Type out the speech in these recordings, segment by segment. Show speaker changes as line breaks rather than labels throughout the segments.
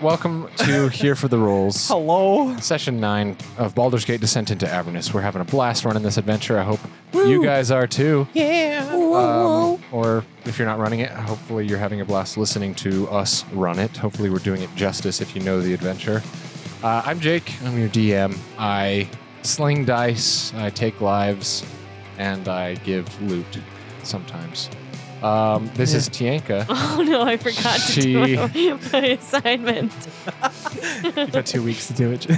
welcome to Here for the Rules,
Oh.
Hello.
session nine of Baldur's Gate Descent into Avernus. We're having a blast running this adventure. I hope you guys are too.
Yeah.
Um, or if you're not running it, hopefully you're having a blast listening to us run it. Hopefully we're doing it justice if you know the adventure. Uh, I'm Jake. I'm your DM. I sling dice, I take lives, and I give loot sometimes. Um, this is Tienka.
Oh no, I forgot to do my, my assignment.
You've had two weeks.
To do it.
All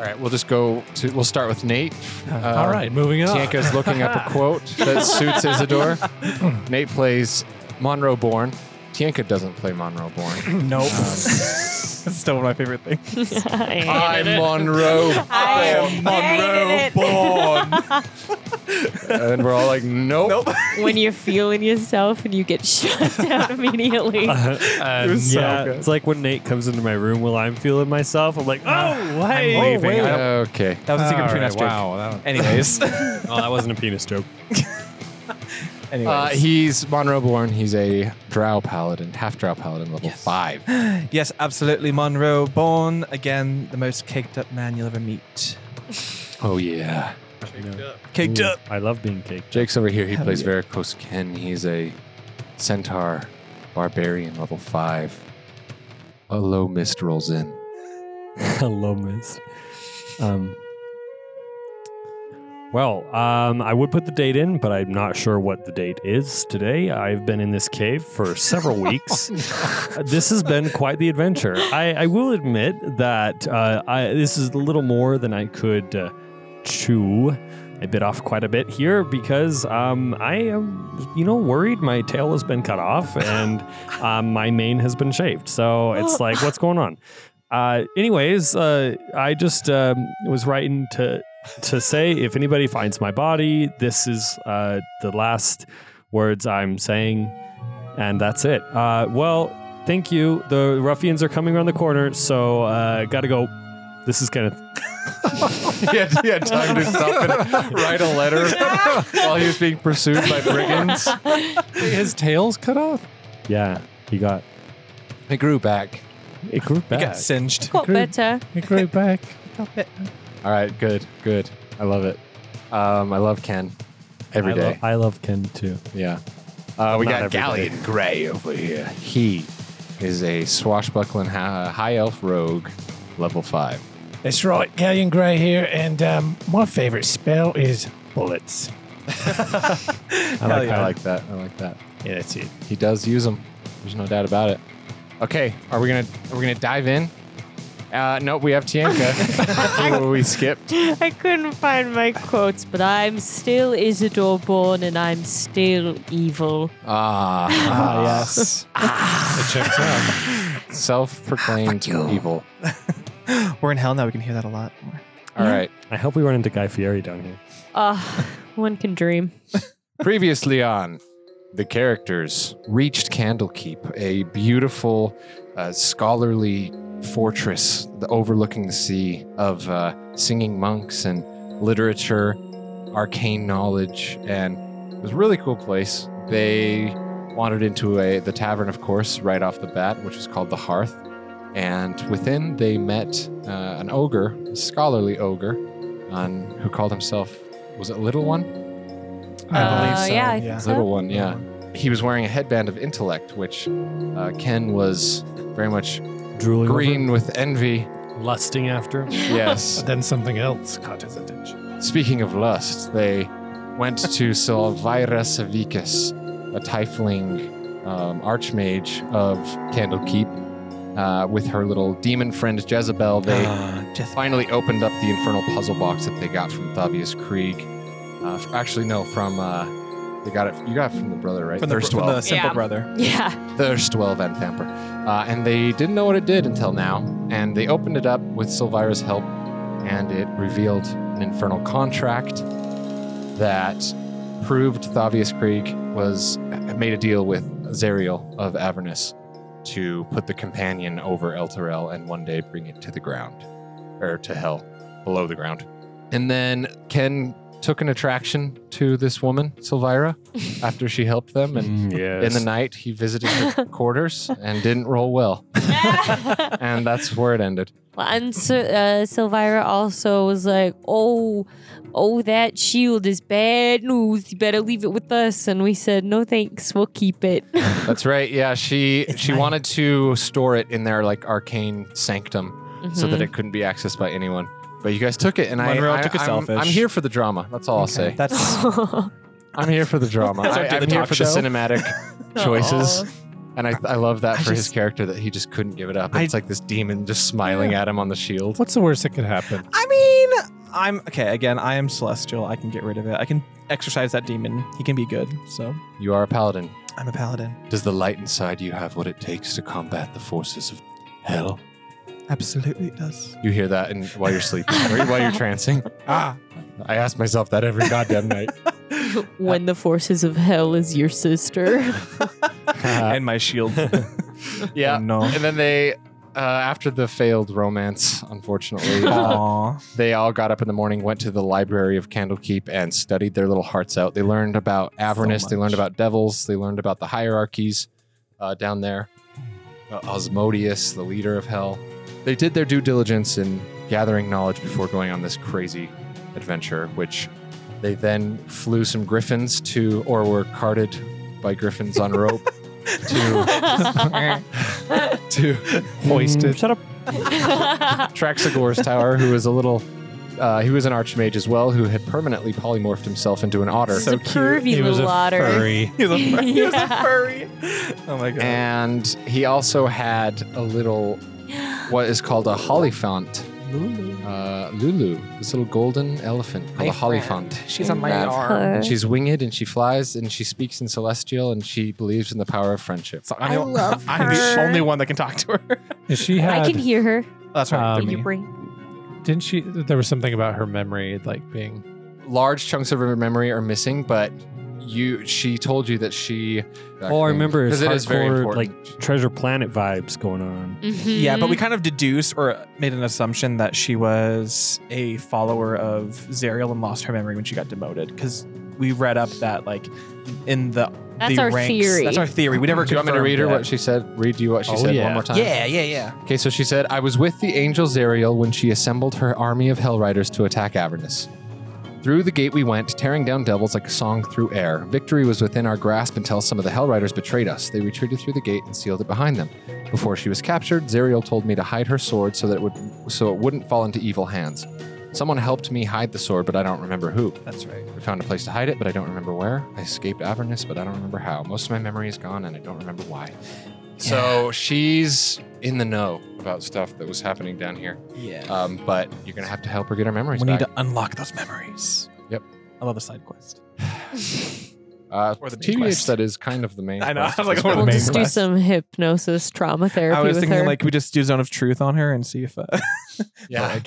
right, we'll just go to. We'll start with Nate.
Uh,
uh,
All right, moving on.
Tienka's looking up a quote that suits Isidore.
Hmm.
Nate plays Monroe Born. Tienka doesn't play Monroe Born.
Nope. That's still one of my favorite things.
I hated
I'm
it.
Monroe.
I hated
and we're all like, nope.
it. When you're feeling yourself and you get shut down immediately.
And
was so
yeah,
good.
it's like when Nate comes into my room while I'm feeling myself. I'm like, oh, hey,
oh,
leaving.
wait.
I don't-
Okay.
That was a secret
All
between
right,
us, Jake.
Wow. That was-
Anyways.
oh, that wasn't a penis joke.
Anyways.
Uh, he's Monroe Born. He's a Drow Paladin, half Drow Paladin, level five.
yes, absolutely. Monroe Born. Again, the most caked up man you'll ever meet.
Oh yeah.
Caked up.
I love being caked.
Jake's over here. He plays
yeah.
Varicose Ken. He's a Centaur Barbarian, level five. A low mist rolls in.
Hello, Miss. Um. Well, um, I would put the date in, but I'm not sure what the date is today. I've been in this cave for several weeks. this has been quite the adventure. I, I will admit that uh, I, this is a little more than I could uh, chew. I bit off quite a bit here because um, I am, you know, worried my tail has been cut off and um, my mane has been shaved. So it's like, what's going on? Uh, anyways, uh, I just um, was writing to to say if anybody finds my body, this is uh, the last words I'm saying, and that's it. Uh, well, thank you. The ruffians are coming around the corner, so uh, gotta go. This is kind of
yeah, yeah, time to stop and write a letter while he was being pursued by brigands. His tail's cut off.
yeah. He got
It grew back.
it grew
He
back.
got singed.
Got better.
it grew back.
All right, good, good. I love it. Um, I love Ken every
I,
day.
lo- I love Ken too.
yeah. Uh, we
not
got
every day.
Galleon Gray over here. He is a swashbuckling hi- high elf rogue, level five.
That's right, Galleon Grey here, and um, my favorite spell is bullets.
I like,
I
I
like that. I like that.
Yeah, that's it.
He does use them. There's no doubt about it. Okay, are we gonna are we gonna dive in? Uh, nope, we have Tienka. who we skipped.
I couldn't find my quotes, but I'm still Isidore Born and I'm still evil.
Ah,
Ah, yes.
it checks out. Self-proclaimed evil.
We're in hell now. We can hear that a lot more.
All right.
I hope we run into Guy Fieri down here.
Ah, one can dream.
Previously on, the characters reached Candlekeep, a beautiful, uh, scholarly fortress th- overlooking the sea of uh, singing monks and literature, arcane knowledge, and it was a really cool place. They wandered into a the tavern, of course, right off the bat, which was called the Hearth, and within they met uh, an ogre, a scholarly ogre, on, who called himself was it Little One?
I believe
Uh,
so.
yeah, I
yeah.
think so.
Little one, yeah.
Uh-huh.
He was wearing a headband of intellect, which uh, Ken was very much
Drooling
green with envy.
over, lusting after.
Yes.
But then something else caught his attention.
Speaking of lust, they went to Silvira Savicus, a tiefling um, archmage of Candlekeep. Uh, with her little demon friend Jezebel, they
Ah, just-
finally opened up the infernal puzzle box that they got from Thavius Krieg. Uh, f- actually, no, from uh, they got it. You got it from the brother, right?
from the,
Thirst
from
Well.
the simple
Yeah.
brother.
Yeah.
Thirstwell Van Thamper. Uh, and they didn't know what it did until now. And they opened it up with Silvira's help, and it revealed an infernal contract that proved Thavius Krieg was made a deal with Zeriel of Avernus to put the companion over Elturel and one day bring it to the ground, or to hell, below the ground. And then Ken took an attraction to this woman, Silvira, after she helped them. And
Mm, yes.
in the night, he visited her quarters and didn't roll well. and that's where it ended.
Well, and so, uh, Silvira also was like, "Oh, oh, that shield is bad news. You better leave it with us." And we said, "No thanks. We'll keep it."
That's right. Yeah, she she wanted to store it in their like arcane sanctum so
Mm-hmm.
that it couldn't be accessed by anyone. But you guys took it, and I,
Monroe
I
took it
I'm,
selfish.
I'm here for the drama. That's all I'll say.
That's
I'm here for the drama.
It's
I,
okay,
I'm
the
here
talk
for
show.
the cinematic choices. And I, I love that
I
for his
just-
character that he just couldn't give it up.
I-
It's like this demon just smiling at him on the shield.
What's the worst that could happen?
I mean, I'm okay. Again, I am celestial. I can get rid of it. I can exercise that demon. He can be good. So
You are a paladin.
I'm a paladin.
Does the light inside you have what it takes to combat the forces of hell?
Absolutely does.
You hear that in, while you're sleeping, or while you're trancing. Ah, I ask myself that every goddamn night.
when the forces of hell is your sister.
Uh,
and my shield.
yeah.
Oh, no.
And then they, uh, after the failed romance, unfortunately, uh,
Aww.
they all got up in the morning, went to the library of Candlekeep, and studied their little hearts out. They learned about Avernus, they learned
much.
about devils, they learned about the hierarchies uh, down there. Uh, Osmodius, the leader of hell. They did their due diligence in gathering knowledge before going on this crazy adventure, which they then flew some griffins to, or were carted by griffins on rope to, to
Hoisted.
Mm, Shut up.
Traxagor's Tower, who was a little. Uh, he was an archmage as well, who had permanently polymorphed himself into an otter.
It's a pervy
He was
little
a
otter.
furry.
He was a furry. He was a
Yeah.
furry. Oh my god.
and he also had a little, what is called a holifant. Uh, Lulu, this little golden elephant called a holifant.
She's on my
Mad.
arm.
And she's winged and she flies and she speaks in celestial and she believes in the power of friendship.
So I'm, the,
I love
I'm the
her.
only one that can talk to her.
Is she had,
I can hear her.
That's right.
Um,
through
Your
me.
brain.
didn't she? There was something about her memory, like being.
Large chunks of her memory are missing, but you she told you that she
Oh, I remember. It's
because it is very
hardcore,
important.
like treasure planet vibes going on.
Mm-hmm.
Yeah,
Um,
but we kind of deduce or made an assumption that she was a follower of Zerial and lost her memory when she got demoted because we read up that like in the
That's
the
our
ranks,
theory.
That's our theory. We never.
Do you want me to read her
confirmed
what she said? Read you what she
Oh,
said
yeah.
one more time?
it. Yeah, yeah, yeah.
Okay, so she said, I was with the angel Zeriel when she assembled her army of Hellriders to attack Avernus. Through the gate we went, tearing down devils like a song through air. Victory was within our grasp until some of the Hellriders betrayed us. They retreated through the gate and sealed it behind them. Before she was captured, Zeriel told me to hide her sword so that it would so it wouldn't fall into evil hands. Someone helped me hide the sword, but I don't remember who.
That's right.
We found a place to hide it, but I don't remember where. I escaped Avernus, but I don't remember how. Most of my memory is gone, and I don't remember why. So she's in the know about stuff that was happening down here.
Yeah.
Um, but you're gonna have to help her get her memories
we need
back.
to unlock those memories.
Yep.
I love the side quest.
uh,
or the main
TBH,
quest.
that is kind of the main.
I know,
quest
I
at
was like,
this
one of
We'll
the
point.
main
just do
quest.
some hypnosis trauma therapy
I was
with
thinking
her.
like we just do zone of truth on her and see if. Uh,
Yeah,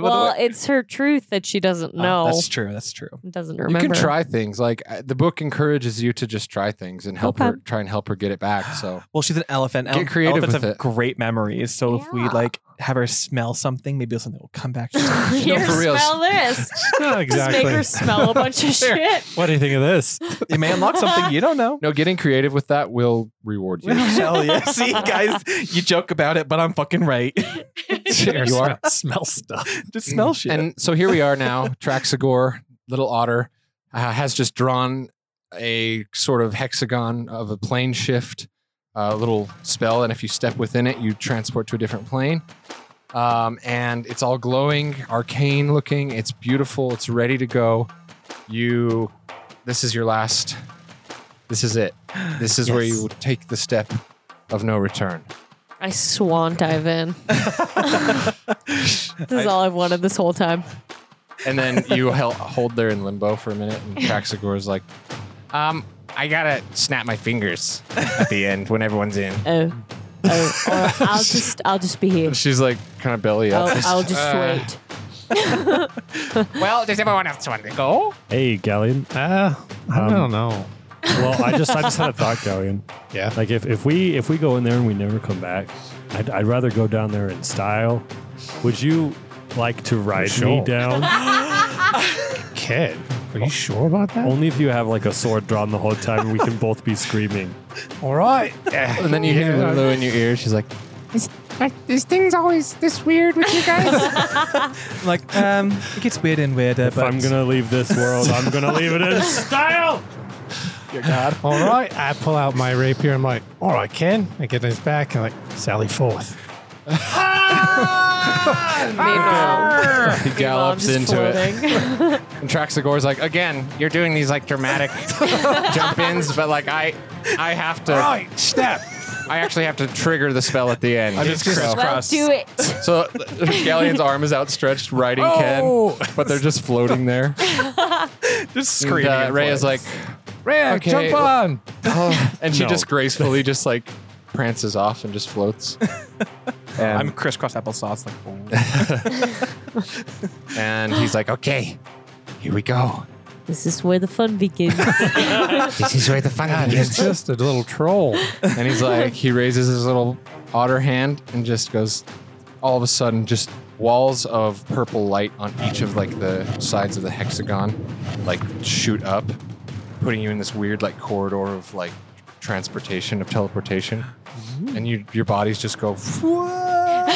well, it's her truth that she doesn't know.
Oh, that's true. That's true.
doesn't
you can
remember.
try things. Like uh, the book encourages you to just try things and help
Okay.
her try and help her get it back. So
Well, she's an elephant.
Get creative
Elephants
with
have
it.
great memories. So if we
Yeah.
like have her smell something, maybe something will come back. She's-
Here,
for reals.
smell this.
Not
Just make her smell a bunch of
Fair.
shit.
What do you think of this?
it may unlock something you don't know.
no, getting creative with that will reward you.
Hell yeah! See, guys, you joke about it, but I'm fucking right.
You are
smell stuff.
Just smell shit.
Mm. And so here we are now. Traxagore, little otter, uh, has just drawn a sort of hexagon of a plane shift uh, little spell. And if you step within it, you transport to a different plane. Um, and it's all glowing, arcane looking. It's beautiful. It's ready to go. You, this is your last. This is it. This is where
Yes.
you will take the step of no return.
I swan dive in. this is all I've wanted this whole time.
And then you hel- hold there in limbo for a minute, and Traxagore's like, um, I gotta snap my fingers at the end when everyone's in.
Oh, oh, or I'll just, I'll just be here.
And she's like, kind of belly up.
I'll, I'll just
"Uh,
wait.
Well, does everyone else want to go?
Hey, Galleon.
Uh, I
Um,
don't know.
Well, I just I just had a thought, Galleon.
Yeah.
Like if, if we if we go in there and we never come back, I'd, I'd rather go down there in style. Would you like to ride
Sure.
me down?
kid. Are you sure about that?
Only if you have like a sword drawn the whole time, we can both be screaming.
All right.
And then you hear
Yeah.
Lulu in your ear. She's like,
this thing's always this weird with you guys.
I'm like, um, it gets weirder and weirder,
If
but
I'm gonna leave this world, I'm gonna leave it in style.
all right. I pull out my rapier. I'm like, all right, Ken. I get on his back and like, Sally forth.
Meanwhile,
he gallops into it.
it.
And Traxagore's like, again, you're doing these like dramatic jump ins, but like I, I have to,
All right, step.
I actually have to trigger the spell at the end. I
just
so,
crouch.
Well,
Cross.
do it.
so Galleon's arm is outstretched, riding
Oh!
Ken, but they're just floating there.
just
And,
screaming.
uh,
at
Rhea's like,
once.
Rhea,
Okay,
jump
well-
on.
"Oh," and she
No.
just gracefully just like prances off and just floats.
I'm
And,
crisscross applesauce. Like, oh.
and he's like, okay, here we go.
This is where the fun begins.
This is where the fun
It's just a little troll.
and he's like, he raises his little otter hand and just goes, all of a sudden, just walls of purple light on each of like the sides of the hexagon, like shoot up, putting you in this weird like corridor of like transportation of teleportation, and you your bodies just go.
Oh,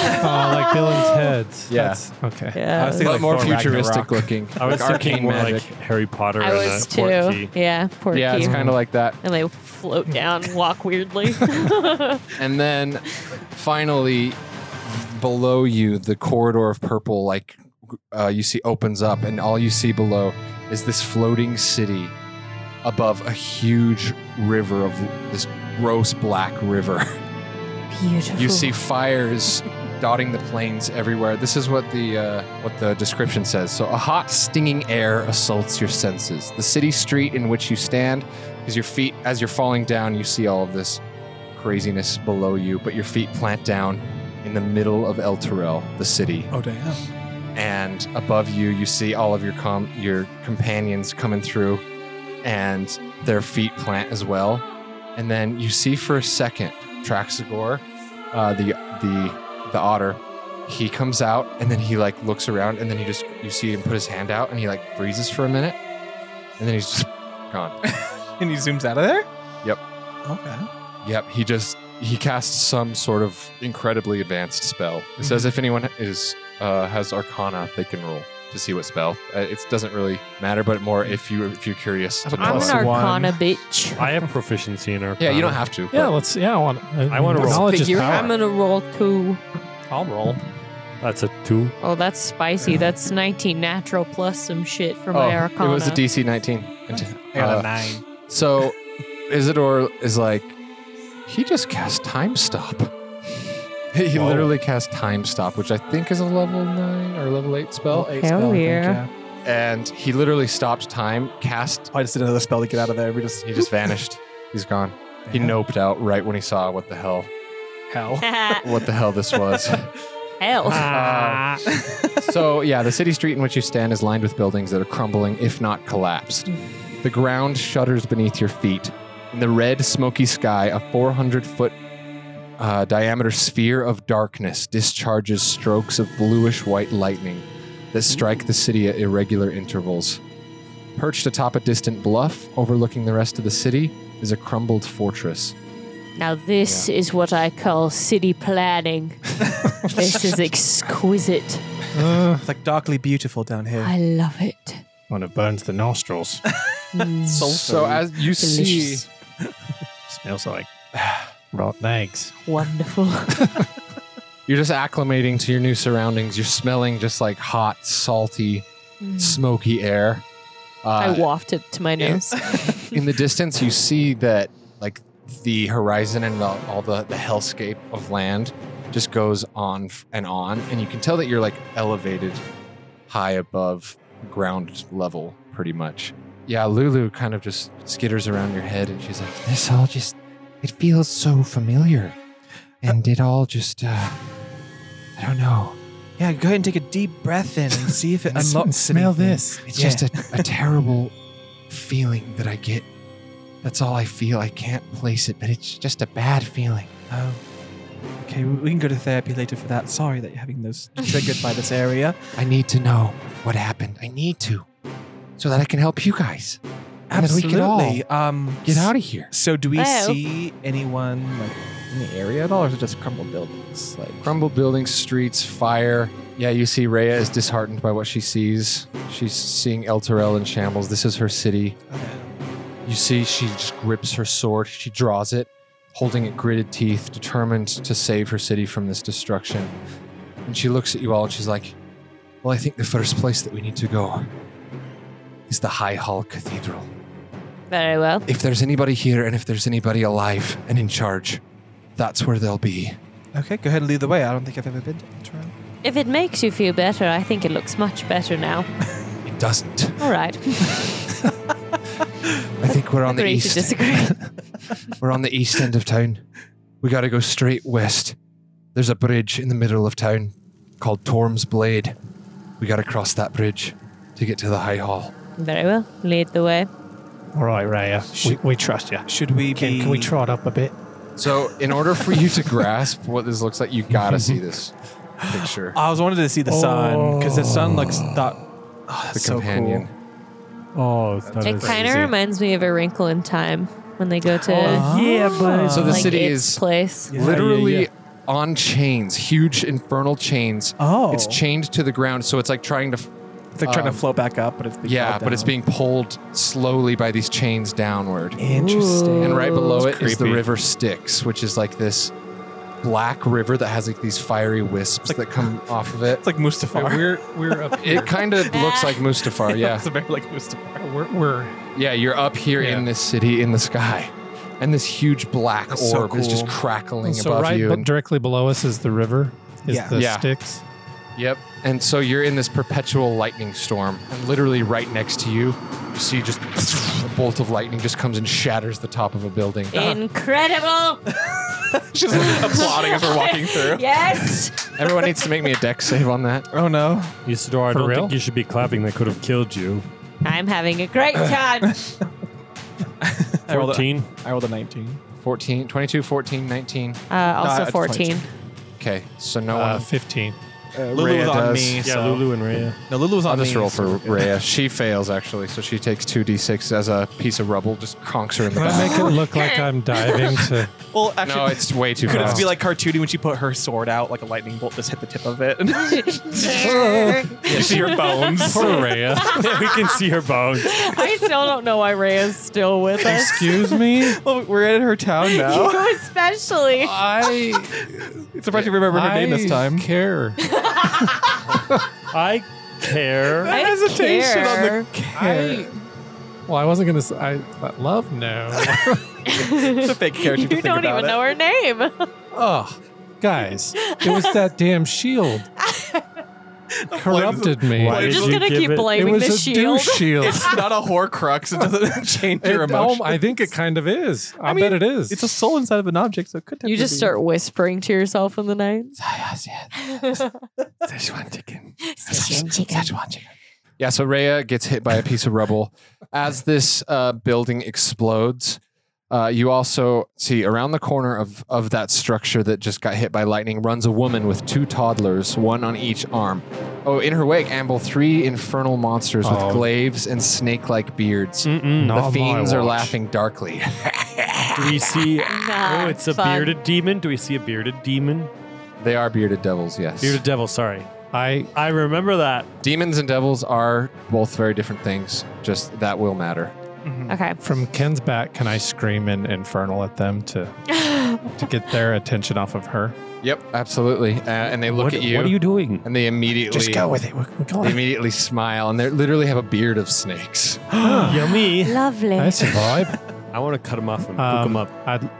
like Dylan's heads.
Yeah.
That's- okay.
Yeah.
was thinking
But
like
more
Thor
futuristic
Ragnarok.
looking.
I was
like
thinking more like Harry Potter.
I
and
was
a port
too.
key.
Yeah, poor
yeah, it's kind of like that.
And they float down, walk weirdly.
And then finally, below you, the corridor of purple, like uh, you see, opens up, and all you see below is this floating city above a huge river of this gross black river.
Beautiful.
You see fires dotting the plains everywhere. This is what the uh, what the description says. So a hot, stinging air assaults your senses. The city street in which you stand, is your feet as you're falling down, you see all of this craziness below you, but your feet plant down in the middle of El Terrell, the city,
oh damn.
and above you you see all of your com- your companions coming through and their feet plant as well and then you see for a second Traxagore uh, the the the otter he comes out and then he like looks around and then he just you see him put his hand out and he like freezes for a minute and then he's just gone
And he zooms out of there?
Yep.
Okay.
Yep, he just he casts some sort of incredibly advanced spell. It says if anyone is uh, has Arcana, they can roll to see what spell. Uh, it doesn't really matter, but more if you if you're curious.
have
To
a
know
I'm
it.
an
plus one.
arcana bitch.
I have proficiency in our.
yeah, you don't have to.
Yeah,
but
let's. Yeah, I want. I
wanna roll.
Knowledge is
Figure-
power.
I'm gonna roll two.
I'll roll.
That's a two.
Oh, that's spicy. That's 19 natural plus some shit from
oh,
my arcana.
it was a DC 19. And,
I got
uh,
a nine.
Oh,
so Isidore is like, he just cast Time Stop. he
Whoa.
literally cast Time Stop, which I think is a level nine or level eight spell.
eight
Hell
I think,
yeah.
yeah.
And he literally stopped time, cast
Oh, I just did another spell to get out of there. We just
He just vanished. He's gone. He
Damn.
noped out right when he saw what the hell,
hell.
what the hell this was.
Hell.
Uh, so yeah, the city street in which you stand is lined with buildings that are crumbling, if not collapsed. The ground shudders beneath your feet. In the red, smoky sky, a 400 foot uh, diameter sphere of darkness discharges strokes of bluish white lightning that strike the city at irregular intervals. Perched atop a distant bluff overlooking the rest of the city is a crumbled fortress.
Now, this is what I call city planning. this is exquisite.
It's like darkly beautiful down here.
I love it.
When it burns the nostrils,
Mm,
So as you
delicious.
see,
smells like rotten eggs.
Wonderful.
you're just acclimating to your new surroundings. You're smelling just like hot, salty, smoky air.
I
Uh,
wafted it to my nose.
in the distance, you see that like the horizon and the, all the, the hellscape of land just goes on f- and on, and you can tell that you're like elevated high above ground level, pretty much. Yeah, Lulu kind of just skitters around your head, and she's like, "This all just it feels so familiar, and it all just uh, I don't know.
yeah, go ahead and take a deep breath in and see if it
S-
unlocks.
smell
anything.
this.
It's just a, a terrible feeling that I get. That's all I feel. I can't place it, but it's just a bad feeling.
Oh. Okay, we we can go to therapy later for that. Sorry that you're having those triggered by this area.
I need to know what happened. I need to. so that I can help you guys And then we can all
um,
get out of here.
So do we
Oh.
see anyone like in the area at all, or is it just crumbled buildings? Like
Crumbled buildings, streets, fire. Yeah, you see Rhea is disheartened by what she sees. She's seeing El Terrell in shambles. This is her city. You see she just grips her sword. She draws it, holding it gritted teeth, determined to save her city from this destruction. And she looks at you all and she's like, Well, I think the first place that we need to go is the High Hall Cathedral.
Very well.
If there's anybody here and if there's anybody alive and in charge, that's where they'll be.
okay, go ahead and lead the way. I don't think I've ever been to Toronto.
If it makes you feel better, I think it looks much better now.
It doesn't.
All right.
I think we're on the
Agree to
east.
disagree.
We're on the east end of town. We got to go straight west. There's a bridge in the middle of town called Torm's Blade. We got to cross that bridge to get to the High Hall.
Very well. Lead the way.
All right, Raya. We, we trust you.
Should we
Can,
be?
can we trot up a bit?
So, in order for you to grasp what this looks like, you got to see this picture.
I was wanted to see the sun because the sun looks that. Oh, that's
The
so
companion.
cool.
Oh, it's not
It kind of reminds me of a wrinkle in time when they go to
Uh, yeah,
Ah.
but
So Oh, the
like
city
its
is
place.
yeah,
literally
yeah.
on chains, huge infernal chains.
Oh.
It's chained to the ground, so it's like trying to f-
It's like trying
Um,
to float back up, but it's being
Yeah,
held
but it's
down.
being pulled slowly by these chains downward.
interesting.
And right below it is
It's
the
creepy.
river Styx, which is like this black river that has like these fiery wisps that come off of it.
It's like Mustafar.
we're we're up
it kind of looks like Mustafar, yeah.
it's very like Mustafar.
we're, we're
Yeah, you're up here in
Yeah.
this city in the sky. And this huge black
That's so
orb is just
cool.
crackling
so
above
right
you.
but
and-
directly below us is the river. Is
Yeah.
the
Yeah.
sticks.
Yep. And so you're in this perpetual lightning storm, and literally right next to you, you see just a bolt of lightning just comes and shatters the top of a building.
Incredible.
She's applauding as we're walking through.
yes.
Everyone needs to make me a deck save on that.
Oh no.
Isidore. I
For
don't
real?
think you should be clapping. They could have killed you.
I'm having a great time. Uh,
I rolled a-
Fourteen.
I rolled a 19.
14, 22, 14, 19.
Uh, also
that's
14.
22.
Okay, so no
Uh,
one.
15.
Uh, Lulu was
Rhea
on
does.
me.
Yeah,
Yeah,
so.
Lulu and Rhea.
No, Lulu was on
I'll
me.
just roll for
so-
Rhea. She fails actually, so she takes two d6 as a piece of rubble just conks her in the
Can I make
back.
it look like I'm diving to.
Well, actually,
No, it's way too
could
fast.
it be like cartoony when she put her sword out, like a lightning bolt just hit the tip of it? you see her bones.
Poor Rhea. we can see her bones.
I still don't know why Rhea's still with us.
Excuse me?
well, we're at her town now.
You especially.
I
It's surprised you remember her name this time.
care.
I care.
I
Hesitation
care.
on the care.
I, well, I wasn't going to say. I, I love no.
It's a fake character.
You
to think
don't
about
even
it.
know her name.
Ugh, guys, it was that damn shield. Corrupted me.
Why
We're
did
just
you
gonna
give
keep
it-
It
blaming
was
the
a
shield.
douche shield.
It's not a Horcrux. It doesn't change your
It- oh,
emotion.
I think it kind of is. I,
mean,
bet it is.
It's a soul inside of an object, so it could.
You just start whispering to yourself in the night.
Yeah, so Rhea gets hit by a piece of rubble. As this uh, building explodes, uh, you also see around the corner of, of that structure that just got hit by lightning runs a woman with two toddlers, one on each arm. Oh, in her wake amble three infernal monsters
Oh.
with glaives and snake like beards.
Mm,
Mm-mm. Oh,
Not
the
my
fiends are
watch.
laughing darkly.
Do we see?
Nah,
Oh, it's a
fun.
bearded demon. Do we see a bearded demon?
they are bearded devils, yes.
Bearded devil. Sorry,
I
I remember that.
Demons and devils are both very different things, just that will matter.
Okay.
from Ken's back. Can I scream in infernal at them to to get their attention off of her?
Yep, absolutely. Uh, and they look
what,
at you.
What are you doing?
and they immediately
it. We're, we're
They immediately smile and they literally have a beard of snakes.
Yummy.
Lovely.
That's a vibe.
I want to cut him off and cook him
Um,
up.
I'd,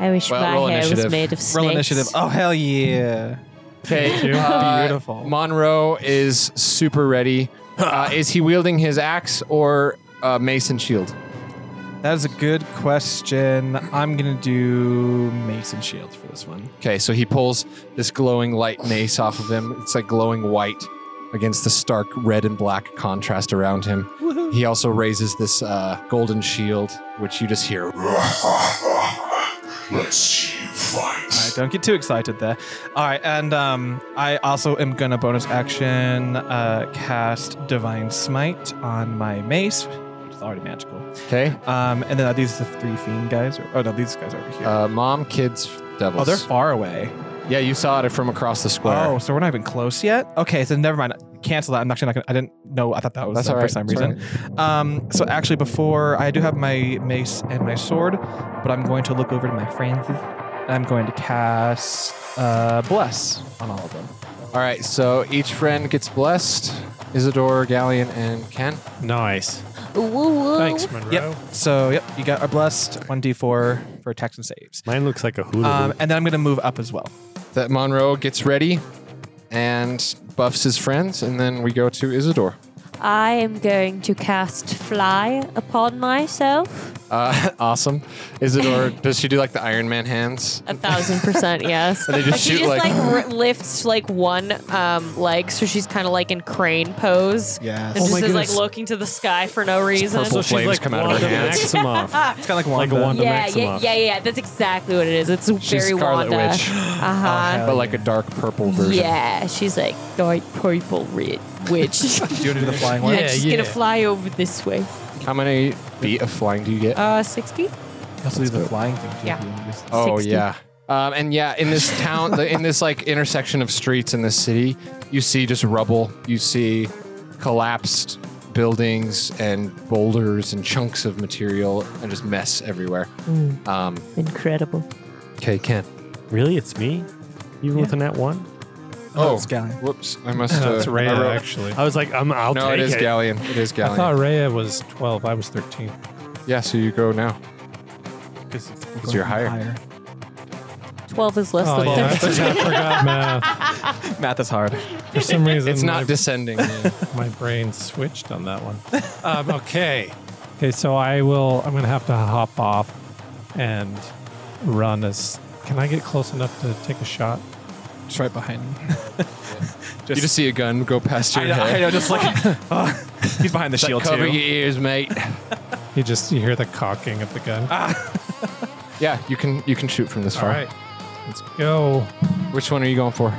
I wish
Well, roll
my hair
initiative.
was made of snakes.
roll initiative. Oh hell yeah!
Okay,
Beautiful.
Uh, Monroe is super ready. Uh, is he wielding his axe or uh, mason shield?
That is a good question. I'm gonna do Mason Shield for this one.
Okay, so he pulls this glowing light mace off of him. It's like glowing white against the stark red and black contrast around him. He also raises this uh, golden shield, which you just hear
lets you fight.
All right, don't get too excited there. All right, and um, I also am gonna bonus action uh, cast Divine Smite on my mace, which is already magical.
Okay.
Um, and then are these the three fiend guys? Or, oh no, these guys over here.
Uh, mom, kids,
oh,
devils.
they're far away.
yeah, you saw it from across the square.
Oh, so we're not even close yet. Okay, so never mind. Cancel that. I'm actually not gonna. I didn't know. I thought that was
That's
them
all
for
right.
some
That's all
reason. Um, so actually, before I do have my mace and my sword, but I'm going to look over to my friends. and I'm going to cast uh, bless on all of them.
All right, so each friend gets blessed. Isidore, Galleon, and Ken.
Nice.
Ooh, ooh, ooh.
Thanks, Monroe.
Yep. So yep, you got a blessed one d4 for attacks and saves.
Mine looks like a hula.
Um,
hoop.
and then I'm gonna move up as well.
That Monroe gets ready and buffs his friends, and then we go to Isidore.
I am going to cast fly upon myself.
Uh, awesome. Isidore, does she do like the Iron Man hands?
A thousand percent, yes.
And they just
she
shoot,
just
like-
like, r- lifts like one um, leg, so she's kind of like in crane pose.
Yes.
And
Oh
just
my
is like
goodness.
looking to the sky for no reason.
purple flames come out of her
Wanda
hands.
Maximoff.
It's kind
Like
of like
a
one.
wand. Wanda
yeah, yeah,
Maximoff.
yeah, yeah. That's exactly what it is. It's
She's
very
Scarlet
Wanda.
Witch,
Uh
hell
huh.
but like a dark purple version.
Yeah, she's like dark purple red witch.
Do you want to do the flying one?
I'm just
yeah.
gonna fly over this way.
How many feet of flying do you get?
Uh, sixty.
You also do the flying thing. too,
Yeah.
if you want to do-
Oh
60.
yeah, um, and yeah, in this town, the, in this like intersection of streets in this city, you see just rubble. You see collapsed buildings and boulders and chunks of material and just mess everywhere. Um,
Incredible.
okay, Ken.
Really, it's me. Even with a net one,
Oh, it's Galleon.
whoops! I must. Uh,
That's
I
Rhea,
wrote-
actually.
I was like, I'm. I'll
No,
take
it is
it.
Galleon. It is
I
Galleon.
thought Rhea was 12. I was 13.
yeah, so you go now.
Because
you're higher.
Twelve is less
Oh,
than
yeah. I
thirteen.
forgot, forgot math.
Math is hard.
For some reason,
It's
my-
not descending. yeah.
My brain switched on that one. Um, okay. Okay, so I will. I'm gonna have to hop off and run as. Can I get close enough to take a shot?
It's right behind me.
you just see a gun go past your
I know,
head.
I know, just like oh, he's behind the
It's like,
shield
cover
too.
your ears, mate.
You just you hear the cocking of the gun.
yeah, you can you can shoot from this
All
far.
Ah, right, let's go.
Which one are you going for?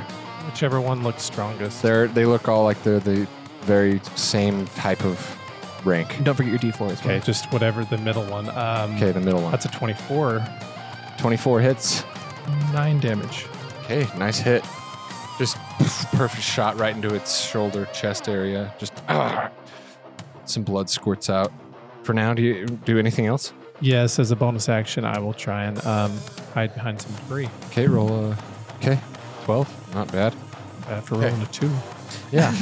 Whichever one looks strongest.
They're they look all like they're the very same type of rank.
Don't forget your D4 as well.
Okay, just whatever the middle one. Um,
Okay, the middle one.
that's a 24,
Twenty-four hits.
nine damage.
Okay, nice hit. Just perfect shot right into its shoulder, chest area. Just ah. some blood squirts out. For now, do you do anything else?
Yes, as a bonus action, I will try and um, hide behind some debris.
Okay, roll. Uh, okay, twelve. Not bad.
Uh, for
Okay.
rolling a two.
Yeah.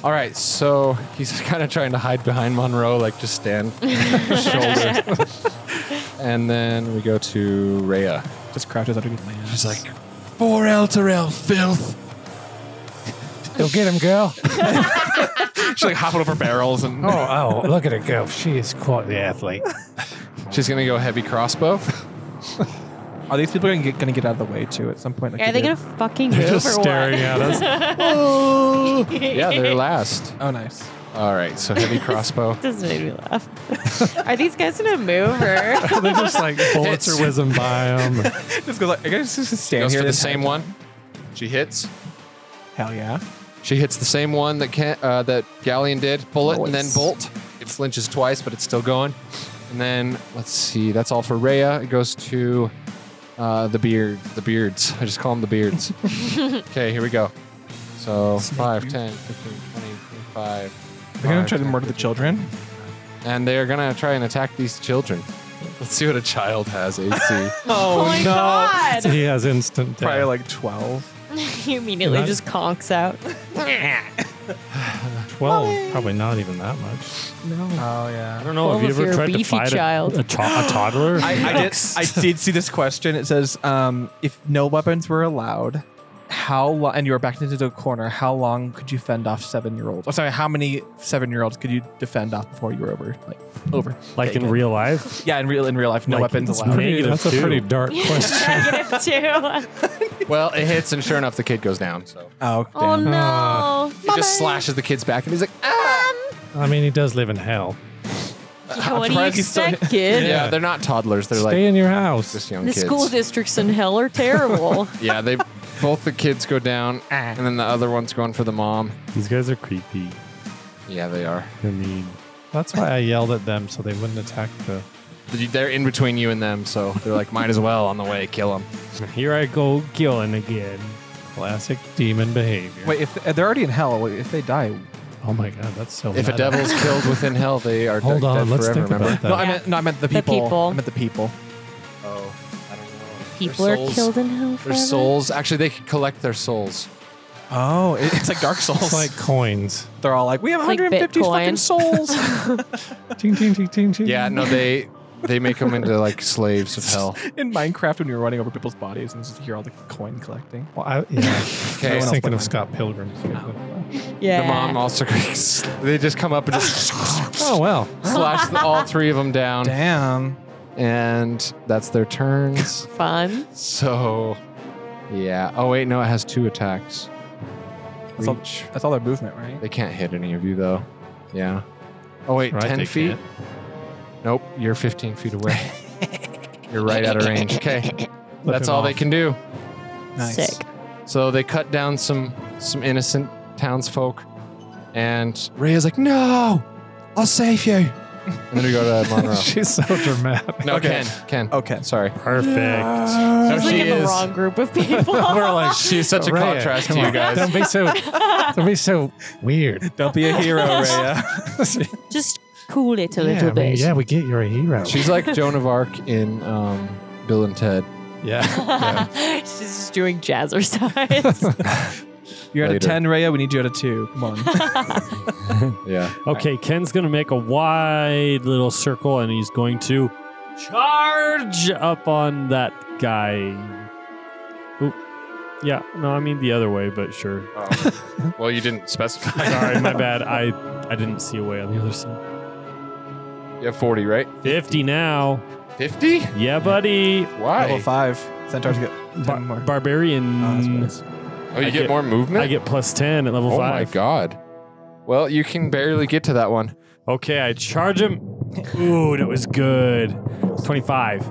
All right. So he's kind of trying to hide behind Monroe, like just stand on his shoulder. and then we go to Rhea.
Just crouches underneath my ass. She's like,
Four Elturel, filth.
Go get him, girl.
she's like hopping over barrels and
Oh, oh, look at her go. She is quite the athlete.
She's gonna go heavy crossbow.
are these people gonna get, gonna get out of the way too at some point? Like
Are they
did?
gonna fucking move
Just
or what?
staring at us.
yeah, they're last.
Oh, nice.
All right, so heavy crossbow.
Doesn't make me laugh. Are these guys gonna move or?
They're just like bullets are whizzing by them.
Just goes like, I guess just stand
Goes
here.
for the
this
same
time.
one. She hits.
Hell yeah.
She hits the same one that can, uh, that Galleon did. Bullet and then
Nice.
bolt. It flinches twice, but it's still going. And then let's see. That's all for Rhea. It goes to uh, the beard. The beards. I just call them the beards. okay, here we go. So 5, 10, 15, 20, 25.
They're gonna
five,
try to
10,
murder the children.
and they're gonna try and attack these children. Let's see what a child has AC.
Oh, my god!
He has instant death.
Probably like twelve.
he immediately
Right.
just conks out.
12. Probably not even that much.
Oh
I
yeah.
don't know.
Well,
Have you
if
ever
you're a
tried to
beefy
fight
child.
a, a, to- a toddler?
I, I did. I did see this question. It says, um, if no weapons were allowed, how long? And you were backed into the corner. How long could you fend off seven-year-olds? Oh, sorry. How many seven-year-olds could you defend off before you were over? Like over.
like in real life.
Yeah, in real in real life, no
Like,
weapons
it's
allowed.
pretty- Negative
that's a
two.
pretty dark question.
Negative two.
well, it hits, and sure enough, the kid goes down. So
Oh,
Oh
damn.
no!
he just slashes the kid's back, and he's like, "Ah!"
I mean, he does live in hell.
what do you
surprised he's still-
expect, kid?
Yeah, they're not toddlers. They're
Stay
like
in your house.
just young
The
kids.
school districts in hell are terrible.
yeah, they both the kids go down, and then the other one's going for the mom.
These guys are creepy.
Yeah, they are.
I mean,
That's why I yelled at them so they wouldn't attack the.
They're in between you and them, so they're like, might as well on the way kill them.
here I go killing again.
Classic demon behavior.
Wait, if they're already in hell, if they die,
oh my god, that's so.
If a
meta.
devil's killed within hell, they are
Hold
dead,
on,
dead
let's
forever.
think
remember?
about that.
no, I meant no, I meant the people.
people.
I meant the people.
Oh, I don't know.
People
Their
are
souls-
killed in hell.
Their
forever.
souls. Actually, they could collect their souls.
Oh, it- it's like Dark Souls.
It's like coins.
they're all like, we have
Like
150 fucking
Bitcoin.
souls.
ting, ting, ting, ting, ting.
Yeah, no, they they make them into like slaves of hell.
in Minecraft, when you're running over people's bodies and just hear all the coin collecting.
Well, I, yeah. I
Okay,
was
else
thinking
but
of
mine.
Scott Pilgrim.
Yeah.
the mom also. they just come up and just
Oh well.
slash all three of them down,
Damn.
and that's their turns.
Fun.
So, yeah. Oh wait, no, it has two attacks.
That's all-
Reach.
That's all their movement, right?
They can't hit any of you though. Yeah. Oh wait,
Right,
ten
they
feet.
can't.
Nope, you're 15 feet away. you're right out of range. Okay, that's
him
all they
off.
can do.
Nice.
Sick.
So they cut down some some innocent townsfolk, and Rhea's like, "No, I'll save you." And then we go to Monroe.
She's so dramatic.
no,
Okay.
Ken. Ken.
Okay.
Sorry.
Perfect.
No,
Sounds like
she
in the
is.
wrong group of people.
We're like, she's such a
Rhea,
contrast to
come
you
on.
guys.
Don't be so. Don't be so weird.
Don't be a hero, Raya.
Just cool it a
yeah,
little
I mean,
bit.
yeah, we get you're a hero.
She's like Joan of Arc in um, Bill and Ted.
yeah.
She's just doing jazzercise.
You're at a
Later.
10, Raya. We need you at a 2. Come on.
Yeah.
Okay, Ken's gonna make a wide little circle and he's going to charge up on that guy. Oop. Yeah, no, I mean the other way, but sure.
Well, you didn't specify.
Sorry, my bad. I I didn't see a way on the other side.
You have 40, right?
Fifty now.
50?
Yeah, buddy.
Level
Why?
5. Centaurs get 10
Bar-
more. Oh,
barbarian.
that's what it is.
Oh, you
I
get,
get-
more movement?
I get plus ten at level
oh
five.
my god. Well, you can barely get to that one.
Okay, I charge him. Ooh, that was good. Twenty-five.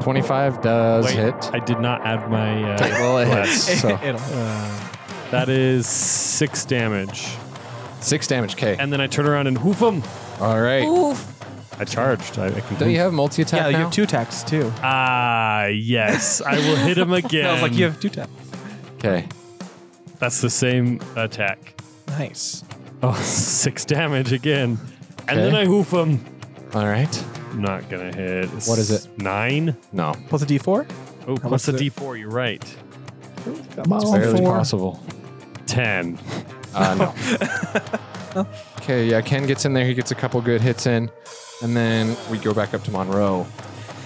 25 does
Wait,
hit.
I did not add my. Uh,
well, it hits. So.
It'll hit.
that is six damage.
Six damage, K.
and then I turn around and hoof him.
All right.
Oof.
I charged. I, I can
Don't you
hoof.
have multi attack?
Yeah, you have two attacks, too.
Ah, yes. I will hit him again.
I was like, you have two attacks.
Okay.
That's the same attack.
Nice.
Oh, six damage again. And
Okay.
then I hoof him.
All right.
Not gonna hit.
What is it?
Nine.
No.
Plus a d4?
Oh,
How
plus a
much is
D4. You're right.
Come on,
It's barely
four.
possible.
Ten.
Uh, no. okay, yeah, Ken gets in there. He gets a couple good hits in. And then we go back up to Monroe.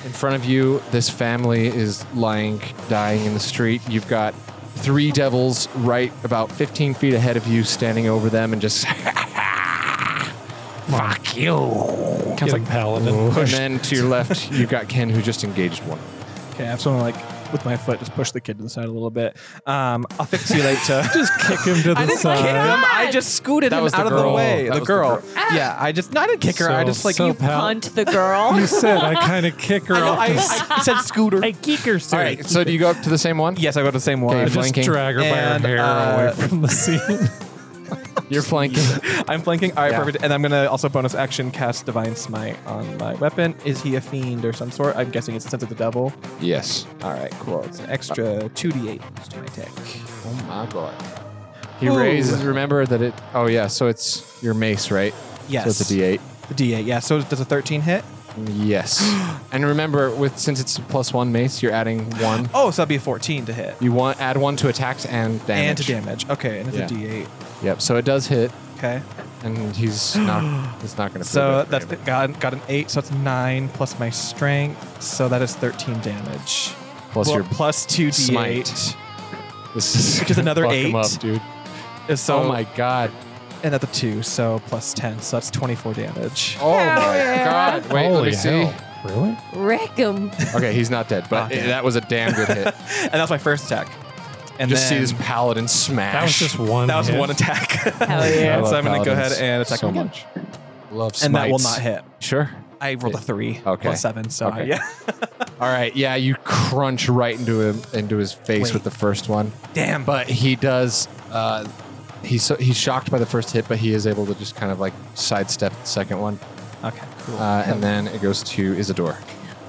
In front of you, this family is lying, dying in the street. You've got three devils right about 15 feet ahead of you, standing over them and just. Fuck you.
Get like paladin.
And then to your left, you've got Ken who just engaged one.
Okay, I have someone like with my foot just push the kid to the side a little bit. Um, I'll fix you later. just kick him to the I didn't Kick
side.
him. I just scooted
That
him
was the
out of the
girl.
way.
That was
The
the
girl.
girl.
Yeah, I just no, I didn't kick her. I
So-
just like
so
you.
pal-
Punt the girl.
You said I kind of kick her
I, know,
off.
I, I said scooter.
Hey, Geeker, sir.
All right.
So do you go up to the same one?
yes, I got the same one.
Okay,
I
just
just-
flanking.
drag her
And,
by her hair
uh,
away from the scene.
You're flanking.
I'm flanking. All right,
Yeah.
perfect. And I'm gonna also bonus action cast divine smite on my weapon. Is he a fiend or some sort? I'm guessing it's the sense of the devil.
yes.
All right, cool. It's an extra two d8 to my attack.
Oh my god. He
Ooh.
raises. Remember that it. Oh yeah. So it's your mace, right?
Yes.
So it's a D8.
The D8. Yeah. So does a 13 hit?
Yes. and remember, with since it's a plus one mace, you're adding one.
Oh, so that'd be a 14 to hit.
You want add one to attacks and damage.
And to damage. Okay, and it's
Yeah.
a D8.
Yep. So it does hit,
Okay.
and he's not. it's not going to.
So that's got got an eight, so that's nine plus my strength, so that is thirteen damage.
Plus
Well,
your
plus two d8.
smite. This is
Which is another
fuck him
eight.
up, dude.
is So
oh my god.
and that's a two, so plus ten, so that's twenty-four damage.
Oh my
yeah.
god. Wait, let
Holy
me see.
hell. Really?
Wreck him.
Okay, he's not dead, but
Oh, damn.
that was a damn good hit.
And that's my first attack. And
Just see
then-
this paladin smash.
That was just one.
that was
hit.
one attack.
Hell
I
yeah.
love
so I'm gonna go
paladins
ahead and attack
so
him again.
much. Love
and that will
smites.
not hit.
Sure.
I rolled a three.
Okay.
Plus seven. So I,
Okay.
yeah.
All right, yeah, you crunch right into him into his face
Wait.
with the first one,
Damn.
but he does. Uh, he's so, he's shocked by the first hit, but he is able to just kind of like sidestep the second one,
okay. Cool.
uh, and then it goes to Isidore.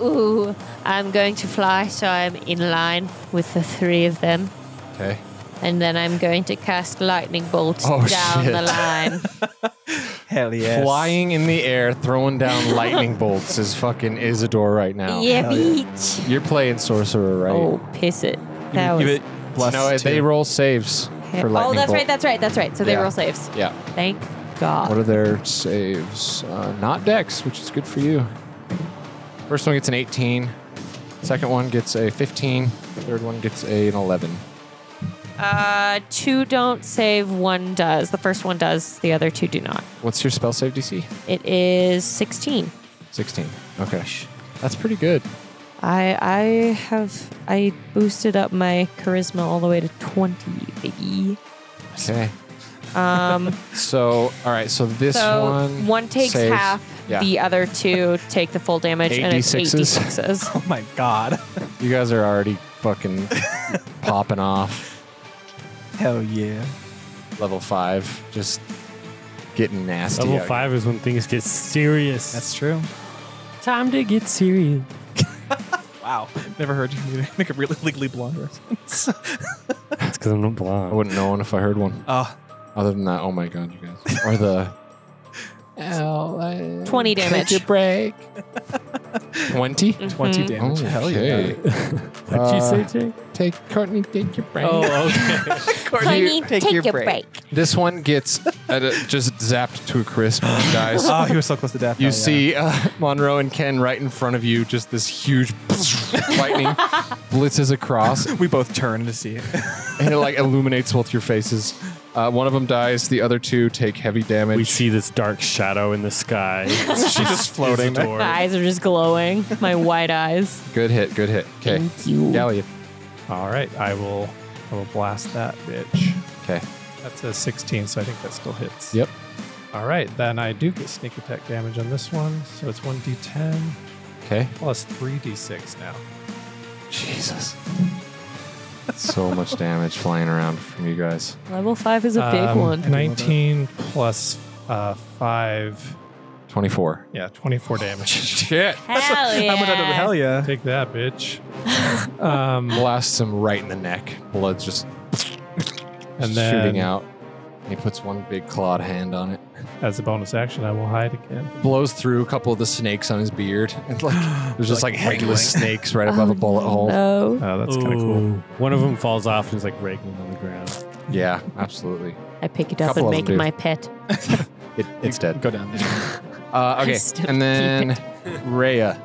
Ooh, I'm going to fly, so I'm in line with the three of them.
Okay.
And then I'm going to cast lightning bolts
Oh,
down
shit.
the line.
Hell yeah.
Flying in the air, throwing down lightning bolts is fucking Isidore right now.
yeah,
Hell yeah.
bitch.
You're playing sorcerer, right?
Oh, piss it. That was.
plus
no,
two.
they roll saves for
oh,
lightning
that's
bolt.
right, that's right, that's right. So they
Yeah.
roll saves.
yeah.
Thank
What
God.
are their saves? Uh, not dex, which is good for you. First one gets an 18. Second one gets a 15. Third one gets a, an 11.
Uh, two don't save, one does. The first one does, the other two do not.
What's your spell save DC?
It is 16.
16. Okay. That's pretty good.
I I have I boosted up my charisma all the way to 20, baby.
Okay.
Um,
So, all right. So this
so
one.
one, takes
saves-
half,
Yeah.
the other two take the full damage, and it's
8d6s.
86s.
Oh my god.
you guys are already fucking popping off.
Hell yeah.
Level five. Just getting nasty.
Level
out here.
five is when things get serious.
That's true.
time to get serious.
Wow. Never heard you make a really legally blonde reference.
That's because I'm not
I
blind.
wouldn't know one if I heard one.
Oh,
Other than that, oh my god, you guys. Or the. Ow, I-
20
take
damage.
a break. 20?
20 damage. Hell yeah.
What'd you
Uh,
say, Jake?
Take Courtney, take your break.
okay.
Honey, take, your, break.
This one gets at a, just zapped to a crisp, you guys.
oh, he was so close to death.
You
Hell yeah.
see uh, Monroe and Ken right in front of you, just this huge lightning blitzes across
We both turn to see it.
and it like illuminates both your faces. Uh, one of them dies, the other two take heavy damage.
We see this dark shadow in the sky.
She's just floating. there.
My eyes are just glowing. My white eyes.
Good hit, good hit. Okay.
Thank you.
Gallia.
All right, I will. I will blast that bitch.
Okay.
That's a 16, so I think that still hits.
Yep.
All right, then I do get sneak attack damage on this one, so it's 1d10
Okay.
plus 3d6 now.
Jesus. so much damage flying around from you guys.
Level five is a big
Um,
one.
19 plus uh, 5.
24.
Yeah, 24 damage.
Shit.
Hell yeah.
I'm gonna do the hell yeah.
Take that, bitch. Um,
Blasts him right in the neck. Blood just
and then,
shooting out. And he puts one big clawed hand on it.
as a bonus action, I will hide again.
Blows through a couple of the snakes on his beard. And like there's just like, headless snakes right above a bullet hole.
No.
Oh, that's kind of cool.
Ooh. One of them falls off and is like raking on the ground.
Yeah, absolutely.
I pick it up
Uh, Couple
and
of
make
them do.
it my pet.
It, it's dead.
Go down there.
Uh, okay.
still
And then
keep
Rhea.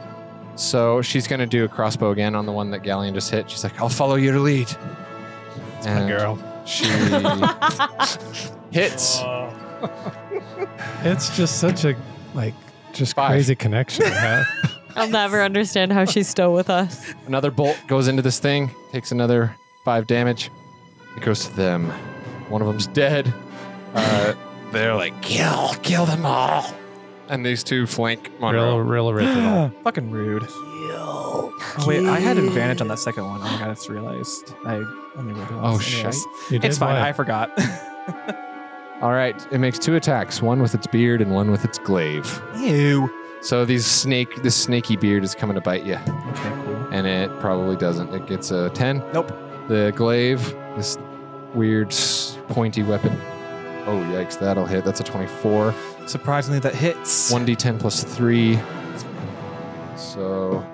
So she's going to do a crossbow again on the one that Galleon just hit. She's like, I'll follow your lead. It's
My girl.
She hits.
Uh,
It's just such a, like, just
Five.
crazy connection. huh?
I'll never understand how she's still with us.
Another bolt goes into this thing, takes another five damage. It goes to them. One of them's dead. Uh, they're like, kill, kill them all. And these two flank
real,
Monroe.
real original.
Fucking rude. Oh, wait, I had advantage on that second one. Oh my god, I just realized. I only rolled once.
Oh,
Anyways.
shite.
You did
It's fine.
what?
I forgot.
All right, it makes two attacks, one with its beard and one with its glaive.
Ew.
So these snake, this snaky beard is coming to bite you,
Okay, cool.
and it probably doesn't. It gets a 10.
Nope.
The glaive, this weird s- pointy weapon. Oh, yikes, that'll hit. That's a 24.
Surprisingly, that hits.
1d10 plus 3. So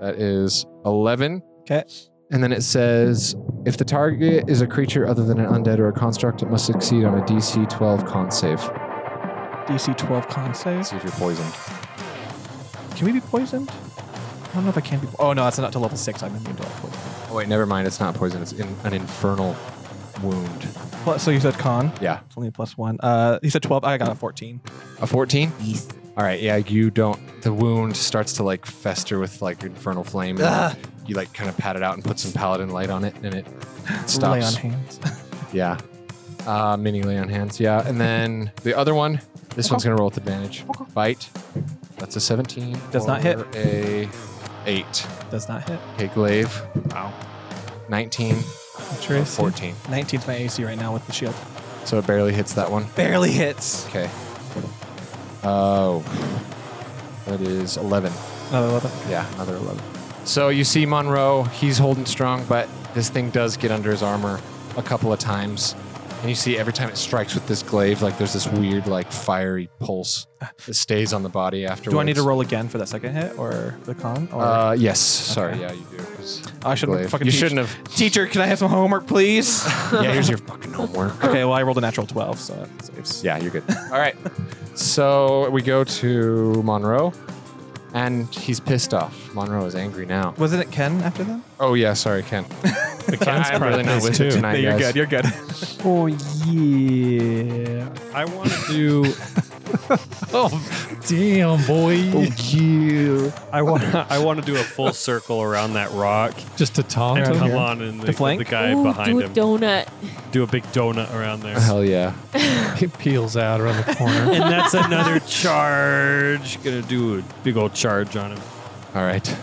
that is 11.
Okay.
And then it says if the target is a creature other than an undead or a construct, it must succeed on a DC 12 con save.
DC 12 con save.
See if you're poisoned.
Can we be poisoned? I don't know if I can be. Oh no, that's not till level six. I'm immune to all poison.
Oh, wait, never mind. It's not poison. It's in, an infernal wound.
Plus, so you said con.
Yeah.
It's only a plus one. Uh, you said 12. I got a 14.
A 14? All right. Yeah, you don't. The wound starts to like fester with like infernal flame. And you like kind of pat it out and put some paladin light on it, and it
Lay on
stops.
hands.
Yeah. Uh, mini lay on hands. Yeah. And then the other one, this one's going to roll with advantage. Bite. That's a 17.
Does not hit.
or A 8.
Does not hit.
Okay, glaive. Wow. 19.
Tracy.
14.
19's my AC right now with the shield.
So it barely hits that one.
Barely hits.
Okay. Oh. That is 11.
Another level.
Yeah, another 11. So you see Monroe, he's holding strong, but this thing does get under his armor a couple of times. And you see every time it strikes with this glaive, like there's this weird, like fiery pulse that stays on the body afterwards.
Do I need to roll again for the second hit or the con? Or
Uh, yes. Sorry. Yeah, you do. 'cause
I shouldn't
glaive.
fucking
You
teach.
shouldn't have.
Teacher, can I have some homework, please?
yeah, here's your fucking homework.
okay, well I rolled a natural twelve, so that saves.
Yeah, you're good. All right. So we go to Monroe, and he's pissed off. Monroe is angry now.
Wasn't it Ken after them?
Oh yeah, sorry, Ken. I'm really not with it tonight,
you're
guys.
good. You're good.
Oh yeah.
I want to do.
Oh damn, boy.
I want. I want to do a full circle around that rock
Just a taunt.
and
him?
come on and the,
flank?
the guy
Ooh,
behind
do a
him.
donut.
do a big donut around there.
Hell yeah.
He peels out around the corner.
and that's another charge. Gonna do a big old charge on him.
All right.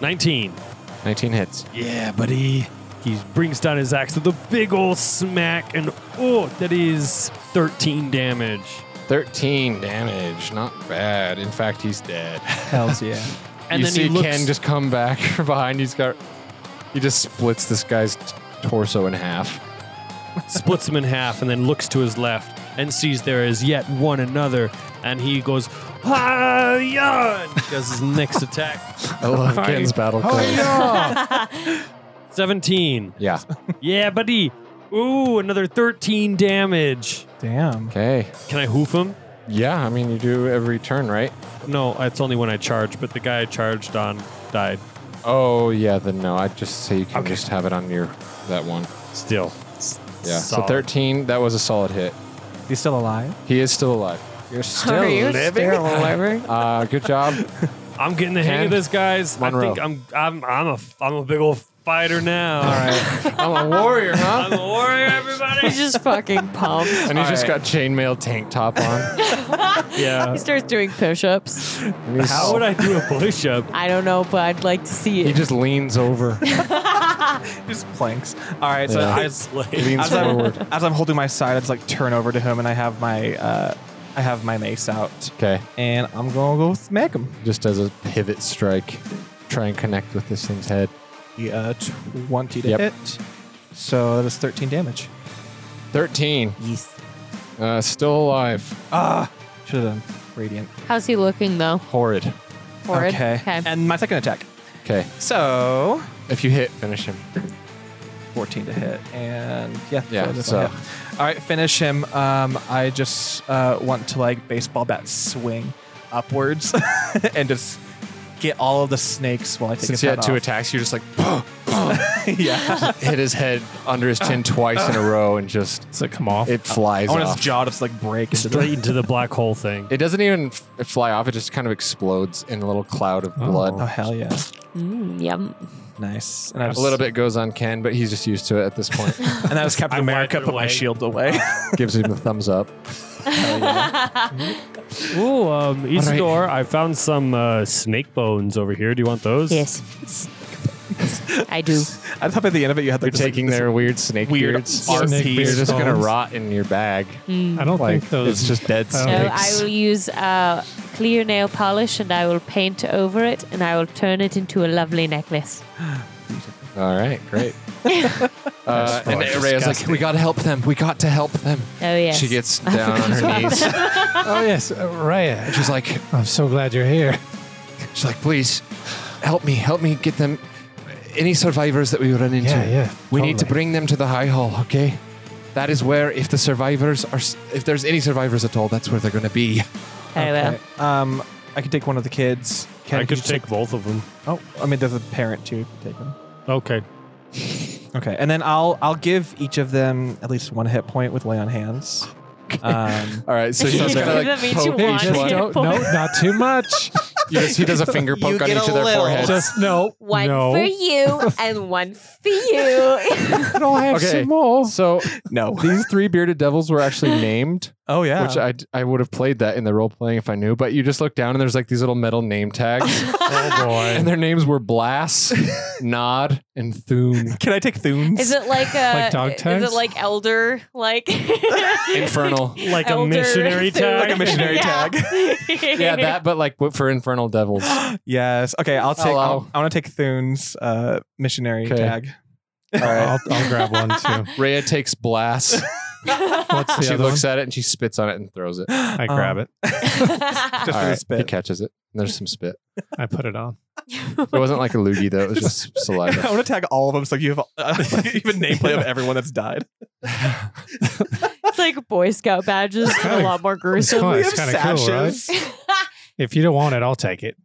19.
19 hits.
Yeah, buddy. He brings down his axe with a big old smack, and oh, that is 13 damage.
13 damage. Not bad. In fact, he's dead.
Hells yeah.
And
you
then
see
he looks,
Ken just come back from behind. He's got. He just splits this guy's t- torso in half.
splits him in half, and then looks to his left and sees there is yet one another, and he goes, "Ah, yeah!" and Does his next attack.
I love Ken's battle code.
yeah.
17.
Yeah.
Yeah, buddy. Ooh, another 13 damage.
Damn.
Okay.
Can I hoof him?
Yeah, I mean, you do every turn, right?
No, it's only when I charge, but the guy I charged on died.
Oh, yeah, then no. I'd just say you can
Okay.
just have it on your. That one.
Still.
Yeah. So
Solid.
13, that was a solid hit.
He's still alive.
He is still alive. You're still
Are you
living.
still alive?
Uh, good job.
I'm getting the hang
Ken
of this, guys.
Monroe.
I think I'm I'm I'm a I'm a big old fighter now. All right.
I'm a warrior, huh?
I'm a warrior,
He's
everybody.
just fucking pumped.
And he's just
Alright.
got chainmail tank top on.
yeah.
He starts doing push-ups.
And he's-
How would I do a push up?
I don't know, but I'd like to see
He
it.
just leans over,
Just planks. All right. So
Yeah.
I,
It's like
leans
as I'm,
forward.
as I'm holding my side, I just like turn over to him, and I have my uh, I have my mace out,
Okay.
and I'm gonna go smack him.
Just does a pivot strike. Try and connect with this thing's head.
The, Uh, twenty to
Yep.
hit. So that is thirteen damage.
13.
Yes.
Uh, still alive.
Ah, should have done radiant.
How's he looking though?
Horrid.
Horrid.
Okay. And my second attack.
Okay.
So
If you hit, finish him.
14 to hit, and yeah,
Yeah,
that's
so-
a hit. all right, finish him. Um, I just uh, want to like baseball bat swing upwards and just get all of the snakes while I take
Since
his
he
head
had two
off.
attacks, you just like
yeah,
hit his head under his chin twice in a row and just
Does it come off?
it flies
I want
off.
his jaw to just like break into
straight
the.
into the black hole thing.
It doesn't even f- fly off. It just kind of explodes in a little cloud of blood.
Oh hell yeah,
Mm, yum.
nice. And I
A
just,
little bit goes on Ken, but he's just used to it at this point.
and I was Captain
I wiped
America
it
put my
away.
shield away.
Gives him the thumbs up.
Ooh, um,
Isidore,
Isidore, I found some uh, snake bones over here. Do you want those?
Yes. I do.
I thought by the end of it you had
You're
like this, like,
taking
this
their weird snake
weird
beards.
RP
You're just
bones.
gonna rot in your bag.
Mm.
I don't
Like
think those.
it's just dead
I
So
don't
snakes.
I will use uh, clear nail polish and I will paint over it and I will turn it into a lovely necklace.
All right, great. uh, and Rhea's like, we gotta help them. We got to help them.
Oh yes.
She gets down on her knees.
oh yes, uh, Raya.
She's like,
I'm so glad you're here.
she's like, please, help me, help me get them. Any survivors that we run into,
Yeah, yeah,
we need to
totally.
bring them to the high hall. Okay, that is where if the survivors are, s- if there's any survivors at all, that's where they're gonna be.
Very well.
Okay. Um, I could take one of the kids. Ken,
I
can
could
you
take both of them.
Oh, I mean, there's a parent too. You can Take them.
Okay.
Okay, and then I'll I'll give each of them at least one hit point with lay on hands. Um,
All right, so
she's
she's
gotta,
gonna
like,
like
That means you
poke
poke want
each
each it.
one.
one.
No, not too much.
You just, he does a finger poke on
get a
each of their
little.
foreheads.
Just no.
One
no.
for you and one for you.
I'll have
Okay.
some more.
So
No.
these three bearded devils were actually named,
Oh yeah.
which
Uh.
I, I would have played that in the role playing if I knew. But you just look down and there's like these little metal name tags,
Oh boy.
and their names were Blast, Nod, and Thune.
Can I take Thunes?
Is it like a
Like dog tags?
Is it like elder like
Infernal.
Like a
Elder
missionary
thing.
tag.
Like a missionary tag.
Yeah, that, but like what for infernal devils.
yes. Okay, I'll take. I'll,
Hello.
I want to take Thunes uh, missionary
Okay.
tag.
I'll, I'll grab one too.
Rhea takes Blast.
What's the
she
other
looks Oh. at
one?
it and she spits on it and throws it.
I grab it.
Just
All
for the
right, He
spit.
catches it. And there's some spit.
I put it on.
It wasn't like a loogie though. It was just
I
saliva.
want to tag all of them. So you have uh, you have a nameplate of everyone that's died.
It's like Boy Scout badges, but a lot more
It's
gruesome.
fun.
we
It's
have
kind of cool, right? If you don't want it, I'll take it.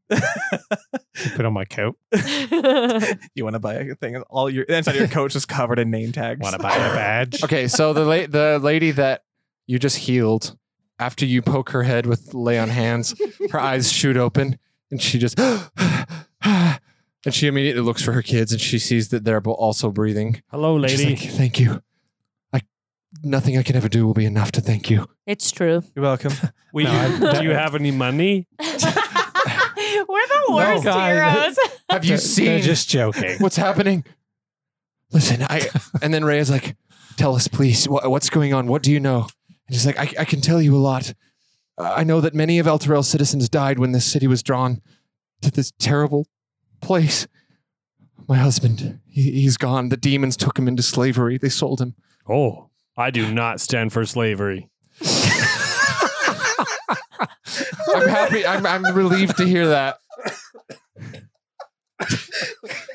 Put on my coat.
You want to buy a thing? and All your the inside of your coat is just covered in name tags.
Want to buy a badge?
Okay, so the la- the lady that you just healed, after you poke her head with lay on hands, her eyes shoot open and she just and she immediately looks for her kids and she sees that they're bo- also breathing.
Hello,
She's
lady.
like, thank you. I nothing I can ever do will be enough to thank you.
it's true.
You're welcome.
Will
No,
you-
I-
do you have any money?
We're the worst
guys.
heroes.
Have you
They're- They're
seen
just joking.
what's happening? Listen, I and then Ray is like, tell us, please, what, what's going on? What do you know? And he's like, I, I can tell you a lot. Uh, I know that many of El Terrell's citizens died when this city was drawn to this terrible place. My husband, he, he's gone. The demons took him into slavery. They sold him.
Oh, I do not stand for slavery.
I'm happy. I'm, I'm relieved to hear that.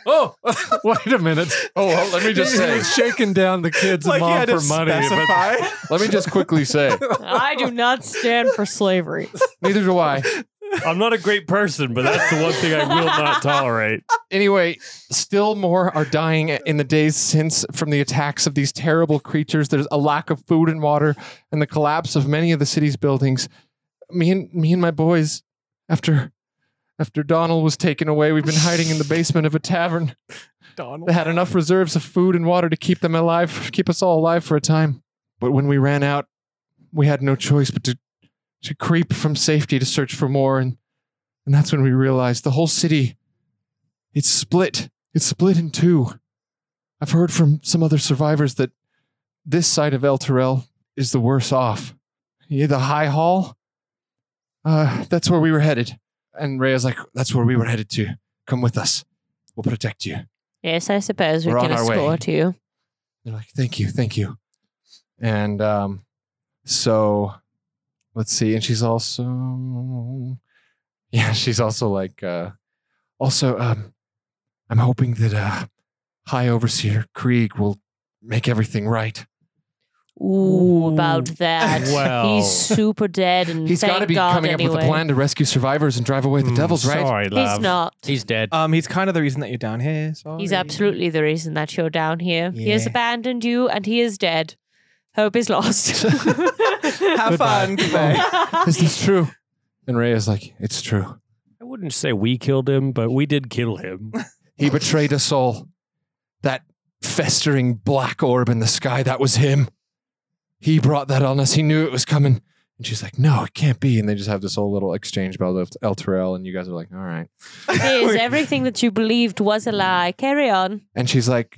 Oh, wait a minute.
Oh, well, let me just say.
shaking down the kids
like
and
you
mom
had to
for money. but-
specify.
Let me just quickly say.
I do not stand for slavery.
Neither do I.
I'm not a great person, but that's the one thing I will not tolerate.
anyway, still more are dying in the days since from the attacks of these terrible creatures. There's a lack of food and water and the collapse of many of the city's buildings. Me and me and my boys, after after Donald was taken away, we've been hiding in the basement of a tavern. Donald had enough reserves of food and water to keep them alive, keep us all alive for a time. But when we ran out, we had no choice but to to creep from safety to search for more and and that's when we realized the whole city it's split. It's split in two. I've heard from some other survivors that this side of El Terrell is the worse off. Yeah, the High Hall. Uh, that's where we were headed. And Rhea's like, "That's where we were headed to. Come with us. We'll protect you."
Yes, I suppose we
We're
can
on our way.
escort you.
They're like, "Thank you, thank you." And um, so let's see. And she's also, yeah, she's also like, uh, also, um, I'm hoping that uh, High Overseer Krieg will make everything right.
Ooh, about that.
Well.
He's super dead and
He's
got to
be coming up with a plan to rescue survivors and drive away the
Mm,
devils, right?
Sorry, love.
He's not.
He's dead.
Um, he's kind of the reason that you're down here. Sorry.
He's absolutely the reason that you're down here. He has
Yeah.
abandoned you and he is dead. Hope is lost.
Have fun. Goodbye.
Is this true? And Ray is like, "It's true.
I wouldn't say we killed him, but we did kill him.
He betrayed us all. That festering black orb in the sky, that was him. He brought that on us. He knew it was coming. And she's like, no, it can't be. And they just have this whole little exchange about El- El Terrell. And you guys are like, all right.
Here's everything that you believed was a lie. Carry on.
And she's like,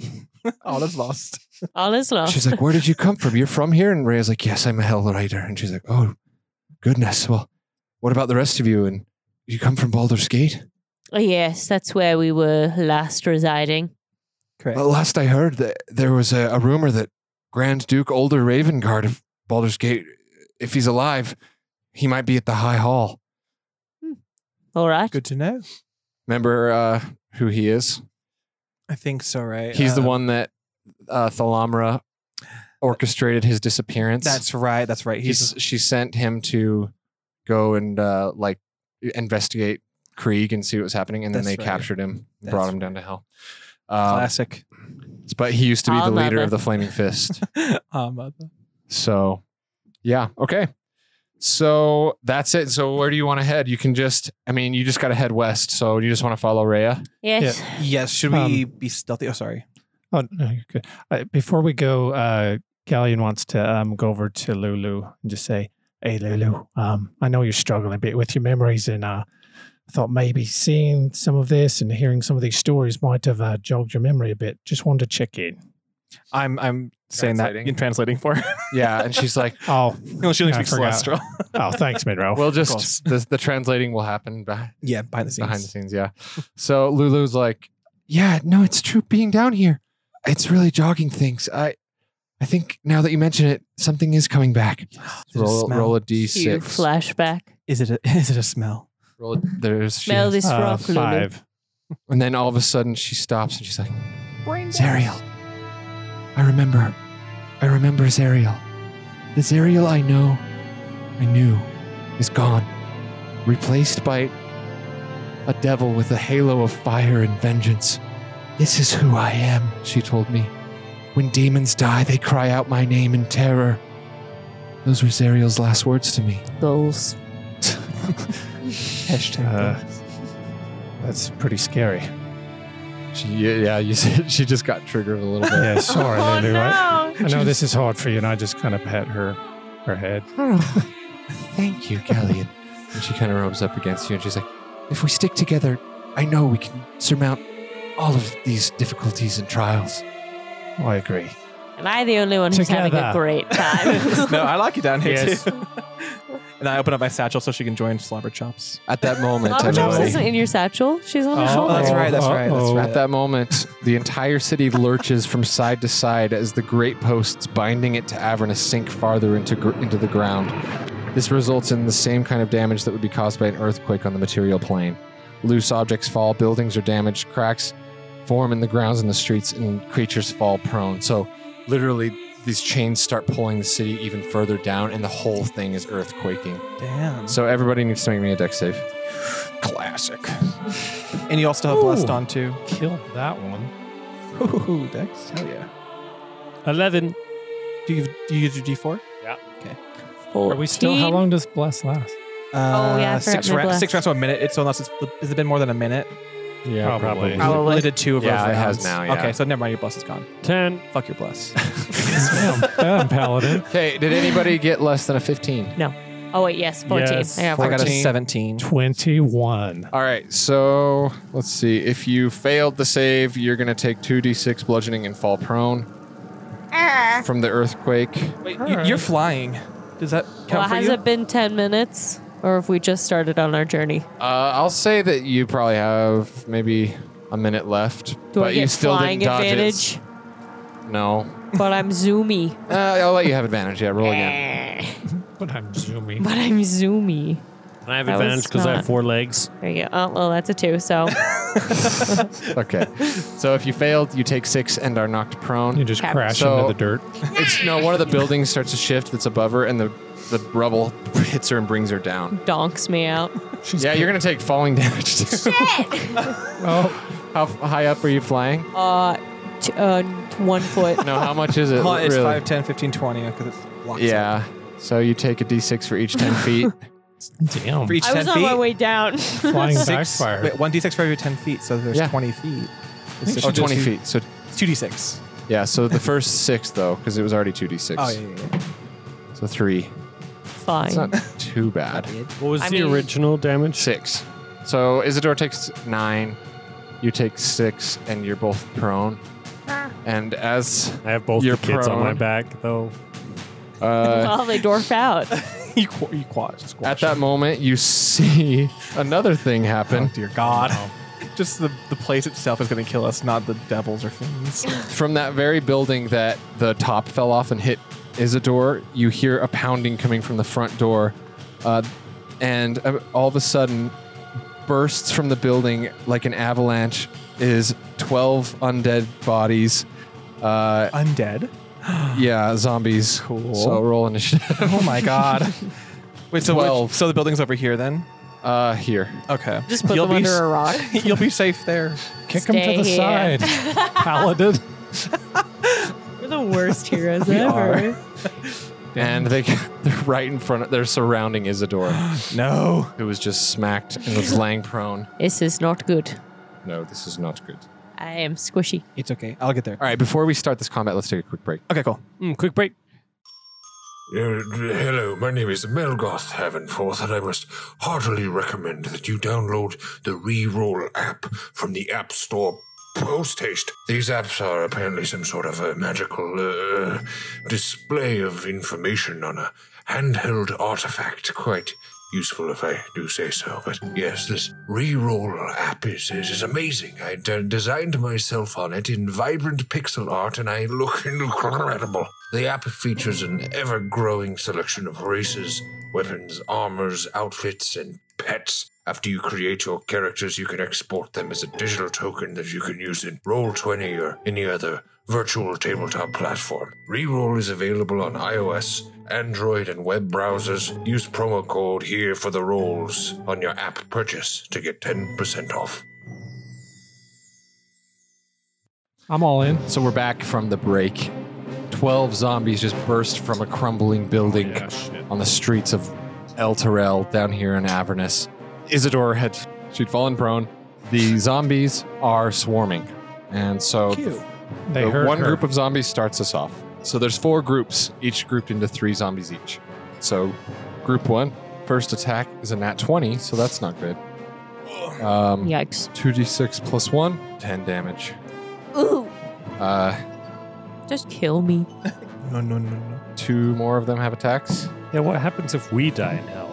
All is lost.
All is lost.
she's like, where did you come from? You're from here? And Rhea's like, yes, I'm a Hell Rider. And she's like, oh, goodness. Well, what about the rest of you? And you come from Baldur's Gate?
Oh, yes, that's where we were last residing.
Correct.
Well, last I heard, that there was a, a rumor that Grand Duke Older Ravenguard of Baldur's Gate, if he's alive, he might be at the High Hall.
All right.
Good to know.
Remember uh, who he is?
I think so, right?
He's the
Uh,
one that uh, Thalamra orchestrated his disappearance.
That's right. That's right. He's,
he's. She sent him to go and uh, like investigate Krieg and see what was happening, and then
That's
they
right.
captured him, and
That's
brought him down to hell. Uh,
classic.
but he used to be
I'll
the leader
never.
Um, uh,
of the Flaming Fist.
Ah, mother.
So, yeah, okay. So that's it. So where do you want to head? You can just, I mean, you just got to head west. So you just want to follow Rhea?
Yes.
Yes. Should we be stealthy? Oh, sorry.
Oh, no, you're good. Uh, before we go, uh, Galleon wants to um, go over to Lulu and just say, Hey, Lulu, um, I know you're struggling a bit with your memories, and uh, I thought maybe seeing some of this and hearing some of these stories might have uh, jogged your memory a bit. Just wanted to check in.
I'm I'm saying that
Translating.
in translating for her.
Yeah. And she's like,
Oh,
no, she only
I
speaks
forgot.
celestial.
oh thanks, Monroe.
we'll
course.
just, the, the translating will happen behind,
Yeah, behind the scenes.
behind the scenes. Yeah. So Lulu's like, yeah, no, it's true. Being down here, it's really jogging things. I, I think now that you mention it, something is coming back.
Is it a
Roll,
smell?
roll a
Cue
d6.
flashback.
Is it a, is it a smell?
Roll a, there's she-
Smell this
Uh,
rock, Lulu.
five.
And then all of a sudden she stops and she's like, Zariel. I remember. I remember Zariel. The Zariel I know, I knew, is gone. Replaced by a devil with a halo of fire and vengeance. This is who I am, she told me. When demons die, they cry out my name in terror. Those were Zariel's last words to me.
Goals.
Hashtag.
Uh, That's pretty scary.
She, yeah, you said she just got triggered a little bit.
Yeah, sorry,
oh,
Lulu. I,
no.
I know this is hard for you, and I just kind of pat her, her head.
Thank you, Galleon. and she kind of rubs up against you and she's like, If we stick together, I know we can surmount all of these difficulties and trials.
Oh, I agree.
Am I the only one who's having a
Together.
great time?
no, I like you down here
Yes.
too. and I open up my satchel so she can join Slobber Chops.
At that moment,
Mama Chops
everybody-
isn't in your satchel. She's on her
Oh,
shoulder.
that's right, that's right, that's right.
At that moment, the entire city lurches from side to side as the great posts binding it to Avernus sink farther into, gr- into the ground. This results in the same kind of damage that would be caused by an earthquake on the material plane. Loose objects fall, buildings are damaged, cracks form in the grounds and the streets, and creatures fall prone. So, literally, these chains start pulling the city even further down, and the whole thing is earthquaking.
Damn.
So, everybody needs to make me a deck save. Classic.
And you also have blessed on too.
Killed Oh, that one.
Ooh, Dex. Hell yeah.
11.
Do you do you use your D4?
Are we still? How
14.
long does bless last?
Oh, yeah, I forgot
six
my
rounds.
bless.
Six rounds to a minute. It's unless it's has it been more than a minute?
Yeah,
Probably.
probably.
Probably.
We only did two of
Yeah,
those
it has
rounds.
now, yeah.
Okay, so never mind. Your bless is gone.
10.
Fuck your bless.
Damn, paladin.
Okay, did anybody get less than a 15?
Oh, wait, yes, 14.
Yes,
I got
I
14.
got a
14.
seventeen.
Twenty-one.
All right, so let's see. If you failed the save, you're going to take 2d6 bludgeoning and fall prone
Ah.
from the earthquake.
Wait, you, you're flying. Does that count
Well,
for
has
you?
it been 10 minutes? Or have we just started on our journey?
Uh, I'll say that you probably have maybe a minute left,
Do
but
I get
you still
flying
didn't dodge
advantage?
it. No.
But I'm zoomy.
Uh, I'll let you have advantage. Yeah, roll again.
but
But I'm zooming.
I'm zoomy.
And I have
That was
advantage because I
not-
have four legs.
There you go. Oh, well, that's a two, so
Okay. so if you failed, you take six and are knocked prone.
You just
Okay.
crash
So-
into the dirt.
It's no one of the buildings starts to shift that's above her, and the the rubble hits her and brings her down.
donks me out.
She's
Yeah, you're gonna take falling damage. Too.
Oh,
How f- high up are you flying?
Uh, t- uh one foot.
No, how much is it?
Well, Oh, it's
really?
5, 10, 15, 20 because it's blocks.
Yeah. So you take a d6 for each 10 feet.
Oh,
damn.
For each
I
10
was
feet.
on my way down.
Flying
Six,
backfire.
wait, 1d6 for every 10 feet, so there's
Yeah.
20 feet. It's
or 20 feet. So,
It's 2d6.
yeah, so the first six, though, because it was already 2d6.
Oh, yeah, yeah, yeah.
So three.
Fine.
It's not too bad.
What was
I
the
mean-
original damage?
Six. So Isidore takes nine. You take six, and you're both prone. And as
I have both
You're
the kids on my
prone.
back, though.
uh,
well, they dwarf out.
you, qu- you quad, squash.
at that moment, you see another thing
Oh,
happen.
dear God. Just the, the place itself is going to kill us, not the devils or fiends.
From that very building that the top fell off and hit Isidore, you hear a pounding coming from the front door. Uh, and uh, all of a sudden, bursts from the building like an avalanche is 12 undead bodies. Uh,
Undead.
yeah, zombies.
Cool.
So roll initiative.
Oh, my God. Wait, so, which-
12.
so the building's over here then?
Uh, here.
Okay.
Just put them under a rock.
You'll be safe there.
Kick him
Stay
to the
here.
side, paladin.
We're the worst heroes
are.
ever.
and they they're right in front of they're surrounding Isadora,
No.
who was just smacked and was laying prone.
This is not good.
No, this is not good.
I am squishy.
It's okay. I'll get there.
All right, before we start this combat, let's take a quick break.
Okay, cool.
Mm, quick break.
Uh, hello, my name is Melgoth Heavenforth, and I must heartily recommend that you download the Reroll app from the App Store post haste. These apps are apparently some sort of a magical uh, display of information on a handheld artifact. Quite useful, if I do say so. But yes, this Reroll app is, is, is amazing. I d- designed myself on it in vibrant pixel art, and I look incredible. The app features an ever growing selection of races, weapons, armors, outfits, and pets. After you create your characters, you can export them as a digital token that you can use in Roll20 or any other virtual tabletop platform. Reroll is available on iOS, Android, and web browsers. Use promo code here for the rolls on your app purchase to get 10% off.
I'm all in.
So we're back from the break. Twelve zombies just burst from a crumbling building on the streets of El Terrell down here in Avernus. Isidore had she'd fallen prone. The zombies are swarming, and so
They
the
heard
one
her.
group of zombies starts us off. So there's four groups, each grouped into three zombies each. So group one, first attack is a nat 20, so that's not good. Um,
Yikes.
2d6 plus 1, 10 damage.
Ooh.
Uh,
Just kill me.
No, no, no, no.
two more of them have attacks.
Yeah, what happens if we die in hell?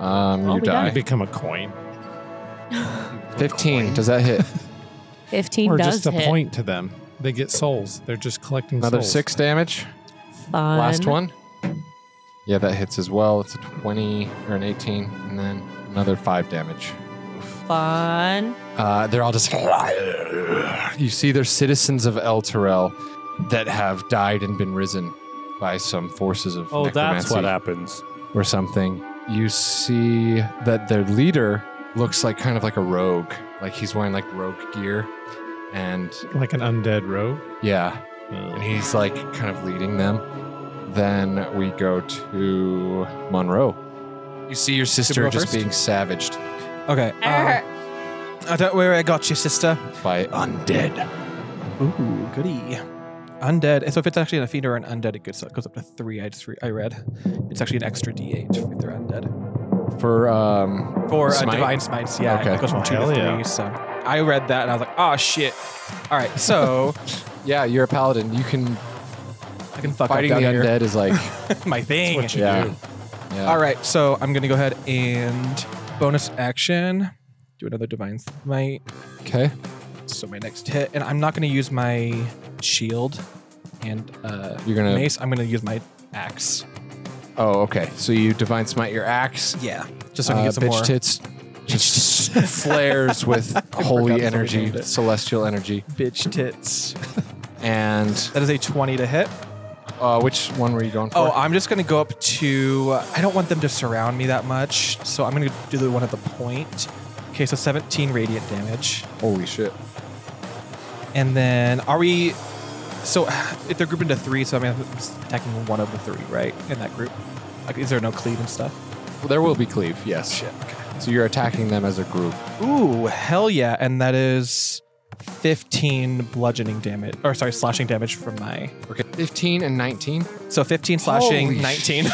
Um,
Oh,
you
we
die.
die.
I become a coin,
15, does that hit?
15
or
does
just a
hit.
point to them. They get souls. They're just collecting
Another
souls.
6 damage.
Fun.
Last one. Yeah, that hits as well. It's a 20 or an 18, and then another 5 damage.
Fun.
Uh, they're all just. You see, they're citizens of El Terrell that have died and been risen by some forces of
Oh, that's
necromancy
what happens.
or something. You see that their leader looks like kind of like a rogue, like he's wearing like rogue gear, and
like an undead rogue.
yeah, and he's like kind of leading them. Then we go to Monroe. You see your sister
go
just
first?
being savaged
Okay. Um, I don't worry, I got you, sister.
by undead.
Ooh, goody. Undead. So if it's actually an fiend or an undead, it goes, it goes up to three. I just re- I read. It's actually an extra D8 if they're undead.
For um,
For uh,
Smite?
divine smites, yeah,
Okay.
it goes from two
Hell
to three.
yeah.
So I read that and I was like, oh shit. All right, so
yeah, you're a paladin. You can
I can fuck
fighting
up
the
down here.
undead is like
My thing.
yeah. yeah.
All right, so I'm gonna go ahead and bonus action, do another divine smite.
Okay.
So my next hit, and I'm not gonna use my shield and uh,
You're gonna-
mace. I'm gonna use my axe.
Oh, okay. So you divine smite your axe.
Yeah, just so I can
Uh,
get some
bitch
more.
tits just flares with holy
that's what we
energy,
named it.
celestial energy,
Bitch tits.
and
That is a 20 to hit.
uh, which one were you going for?
Oh, I'm just gonna go up to. I don't want them to surround me that much, so I'm gonna do the one at the point. Okay, so 17 radiant damage.
holy shit!
And then are we? So if they're grouped into three, so I mean, I'm just attacking one of the three, right? In that group, like, is there no cleave and stuff?
Well, there will be cleave. Yes. So you're attacking them as a group.
Ooh, hell yeah! And that is 15 bludgeoning damage, or sorry, slashing damage from my.
Okay. Fifteen and nineteen.
So 15 slashing,
Holy
19.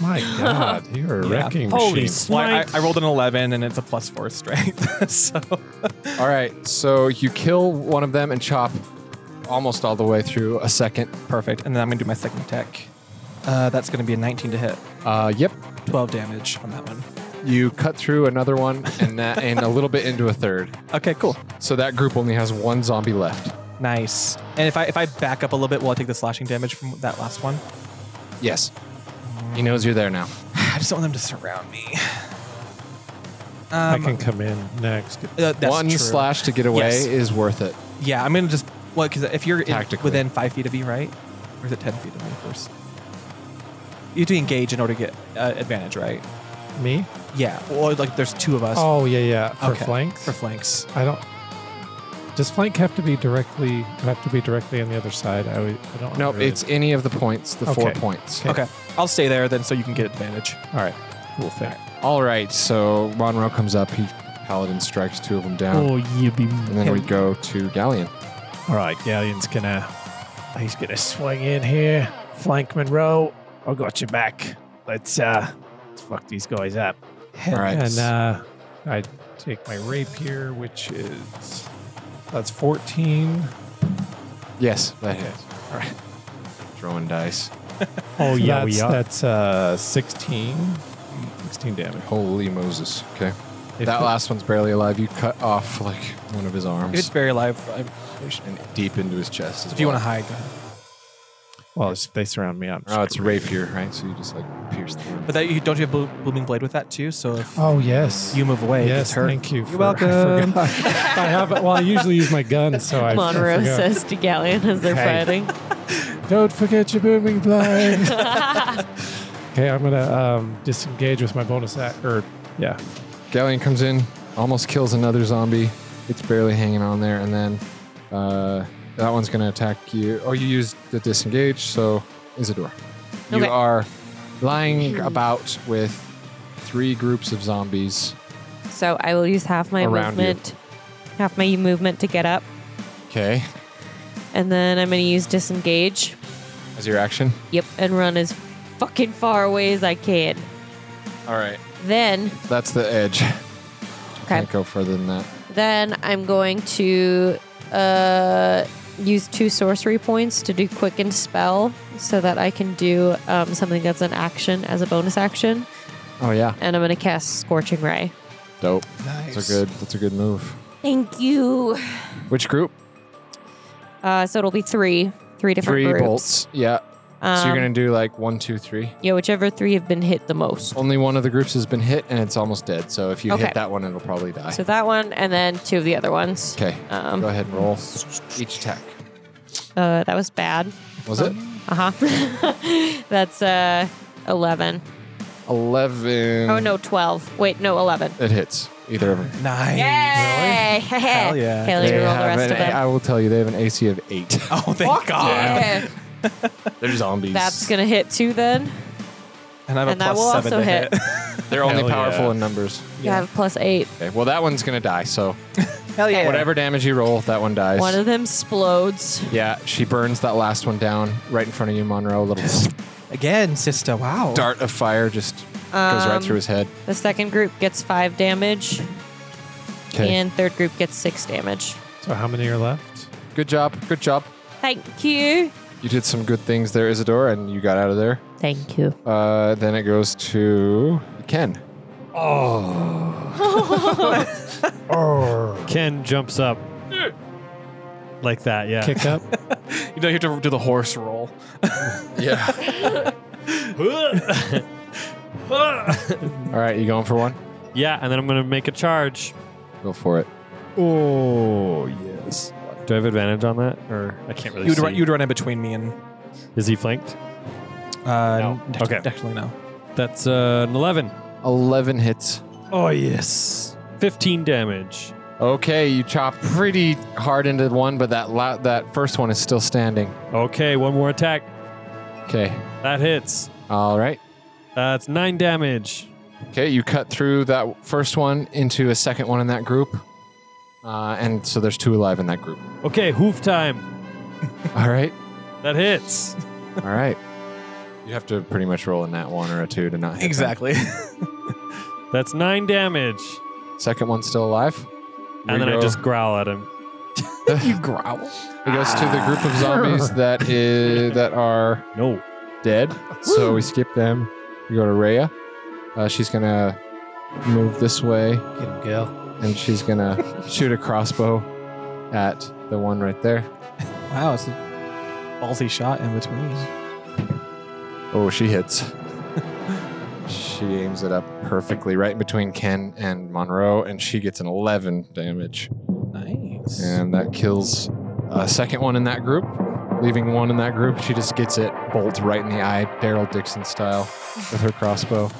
My God, you're a
Yeah.
wrecking
Holy
machine.
Well, I,
smite.
I rolled an 11, and it's a plus four strength. so
All right. So you kill one of them and chop almost all the way through a second.
perfect. And then I'm gonna do my second attack. Uh, that's gonna be a 19 to hit,
Uh, yep.
12 damage on that one.
You cut through another one and that, and a little bit into a third.
Okay, cool.
So that group only has one zombie left.
Nice. And if I if I back up a little bit, will I take the slashing damage from that last one?
Yes. He knows you're there now.
I just don't want them to surround me.
I
Um,
can come in next.
uh, that's
one
true.
slash to get away
Yes.
is worth it.
Yeah, I'm gonna just well because if you're in,
Tactically.
within five feet of me, right? Or is it ten feet of me first? You have to engage in order to get uh, advantage, right?
Me?
Yeah. Or like there's two of us.
Oh yeah, yeah. For
Okay.
flanks.
For flanks.
I don't. Does flank have to be directly have to be directly on the other side? I, would- I don't.
No,
really-
it's any of the points, the four
Okay.
points.
Okay. I'll stay there then so you can get advantage.
all right. Cool thing.
All right, so Monroe comes up. He paladin strikes two of them down,
Oh,
you be.
and then we go to Galleon.
All right, Galleon's gonna he's gonna swing in here, flank Monroe. I got your back. Let's uh, let's fuck these guys up.
All right.
And uh, I take my rapier, which is that's fourteen.
yes, that hits. All right. Throwing dice.
Oh yeah,
that's,
we are.
That's uh, sixteen. 16 damage.
Holy Moses. Okay. that last one's barely alive. You cut off like one of his arms
It's very live. uh,
and deep into his chest. As
If you
well.
want to hide, go ahead.
Well, it's- they surround me up.
Oh, it's rapier, right? So you just like pierce through.
But that, you, don't you have blo- Blooming Blade with that too? So if
Oh yes.
you move away, it
yes.
gets hurt.
Thank you.
You're
for- I
welcome.
forgot. I, have. Well, I usually use my gun, so I. I
Monroe
forgot.
says to Galleon as they're
Hey.
fighting.
Don't forget your booming blind. okay, I'm gonna um, disengage with my bonus act. Or yeah,
Galleon comes in, almost kills another zombie. It's barely hanging on there, and then uh, that one's going to attack you. Oh, you used the disengage, so Isidore. You
Okay.
are lying about with three groups of zombies.
So I will use half my
Around you.
movement, half my movement to get up,
Okay.
and then I'm going to use disengage.
As your action.
Yep, and run as fucking far away as I can.
All right.
Then,
That's the edge.
okay,
Can't go further than that.
then I'm going to uh, use two sorcery points to do quicken spell, so that I can do um, something that's an action as a bonus action,
Oh, yeah.
and I'm going to cast scorching ray.
Dope. Nice. That's a good, that's a good move.
Thank you.
Which group?
Uh, so it'll be three, three different
Three
groups.
bolts. Yeah.
Um,
so you're going to do like one, two, three.
yeah, whichever three have been hit the most.
Only one of the groups has been hit, and it's almost dead. So if you
Okay.
hit that one, it'll probably die.
So that one, and then two of the other ones.
okay,
Um,
go ahead and roll each attack.
Uh, that was bad.
Was it
Uh huh. That's uh, eleven.
eleven?
Oh no, twelve. Wait, no, eleven.
it hits either of them.
Nice.
Yay!
Hell yeah.
Haley,
They
roll the
have
rest
an-
of them.
I will tell you, they have an AC of eight.
Oh, thank God.
Yeah.
They're zombies.
That's gonna hit two then.
And I have
And
a
that
plus
will
seven
also
to
hit.
They're only
Hell
powerful
yeah.
in numbers.
You have plus eight.
Okay, well that one's gonna die. So
Hell yeah.
whatever damage you roll, that one dies.
One of them explodes.
yeah, she burns that last one down right in front of you, Monroe. A little
Again, sister. Wow.
dart of fire just goes right
Um,
through his head.
The second group gets five damage,
'Kay.
and third group gets six damage.
So how many are left?
Good job. Good job.
Thank you.
You did some good things there, Isidore, and you got out of there.
Thank you.
Uh, then it goes to Ken.
Ken jumps up like that. Yeah.
Kick up.
You don't have to do the horse roll.
Yeah. All right, you going for one?
yeah, and then I'm gonna make a charge.
Go for it.
Oh yes. Do I have advantage on that, or I can't really
You would,
see?
run, you would run in between me and.
Is he flanked?
Uh,
No.
dec-
Okay.
Definitely no.
That's uh, an eleven.
11 hits.
Oh yes. Fifteen damage.
Okay, you chop pretty hard into one, but that la- that first one is still standing.
Okay, one more attack.
Okay.
That hits.
All right.
That's nine damage.
Okay, you cut through that first one into a second one in that group. Uh, and so there's two alive in that group.
Okay, hoof time.
All right.
That hits.
All right. You have to pretty much roll a nat one or a two to not hit. them.
Exactly.
That's nine damage.
Second one's still alive.
And then I
Rego-
just growl at him.
you growl. Ah.
It goes to the group of zombies that is that are
No.
dead. So we skip them. We go to Rhea. Uh, she's gonna move this way,
Get him, Gil.
and she's gonna shoot a crossbow at the one right there.
Wow, it's a ballsy shot in between.
Oh, she hits. she aims it up perfectly, right in between Ken and Monroe, and she gets an 11 damage,
Nice.
and that kills a second one in that group. Leaving one in that group, she just gets it bolt right in the eye, Daryl Dixon style, with her crossbow.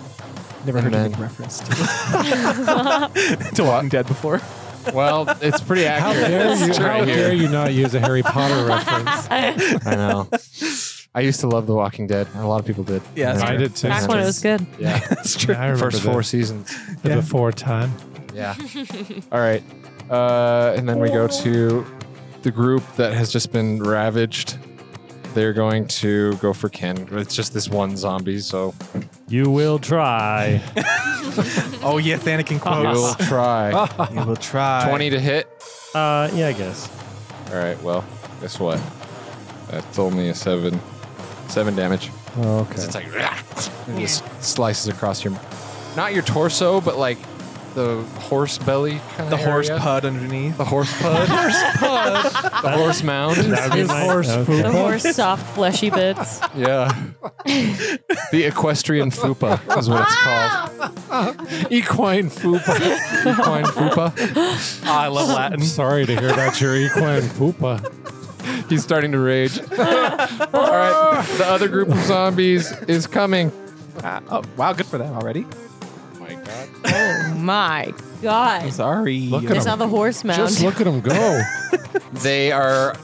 Never
and
heard
then-
of reference to, to Walking Dead before.
Well, it's pretty
How
accurate.
dare you?
It's right
How
here.
dare you not use a Harry Potter reference?
Back
I know. I used to love The Walking Dead. A lot of people did.
Yeah, that's
I
true.
did too.
when it was good.
Yeah.
That's true.
I remember
First
the-
four seasons.
the
Yeah.
before time.
Yeah. All right. Uh, and then we go to the group that has just been ravaged. They're going to go for Ken. It's just this one zombie, so
You will try.
Oh yes, Anakin
you'll
quotes.
try.
you will try.
20 to hit.
Uh, yeah, I guess.
All right. Well, guess what? That's only a seven. Seven damage.
Oh, okay.
It's like and just slices across your, not your torso, but like the horse belly. Kind
The horse
area.
pud underneath.
The horse pud. The horse mound.
That'd be
Is
my-
horse
okay.
The
food.
more soft, fleshy bits.
Yeah. the equestrian fupa is what it's called. Equine fupa. Equine fupa.
I love Latin.
I'm sorry to hear about your equine poopa.
He's starting to rage. All right. The other group of zombies is coming.
Oh wow, good for them already.
Oh my god.
Oh my god.
Sorry.
Look at
It's not the horse mound.
Just look at him go.
They are.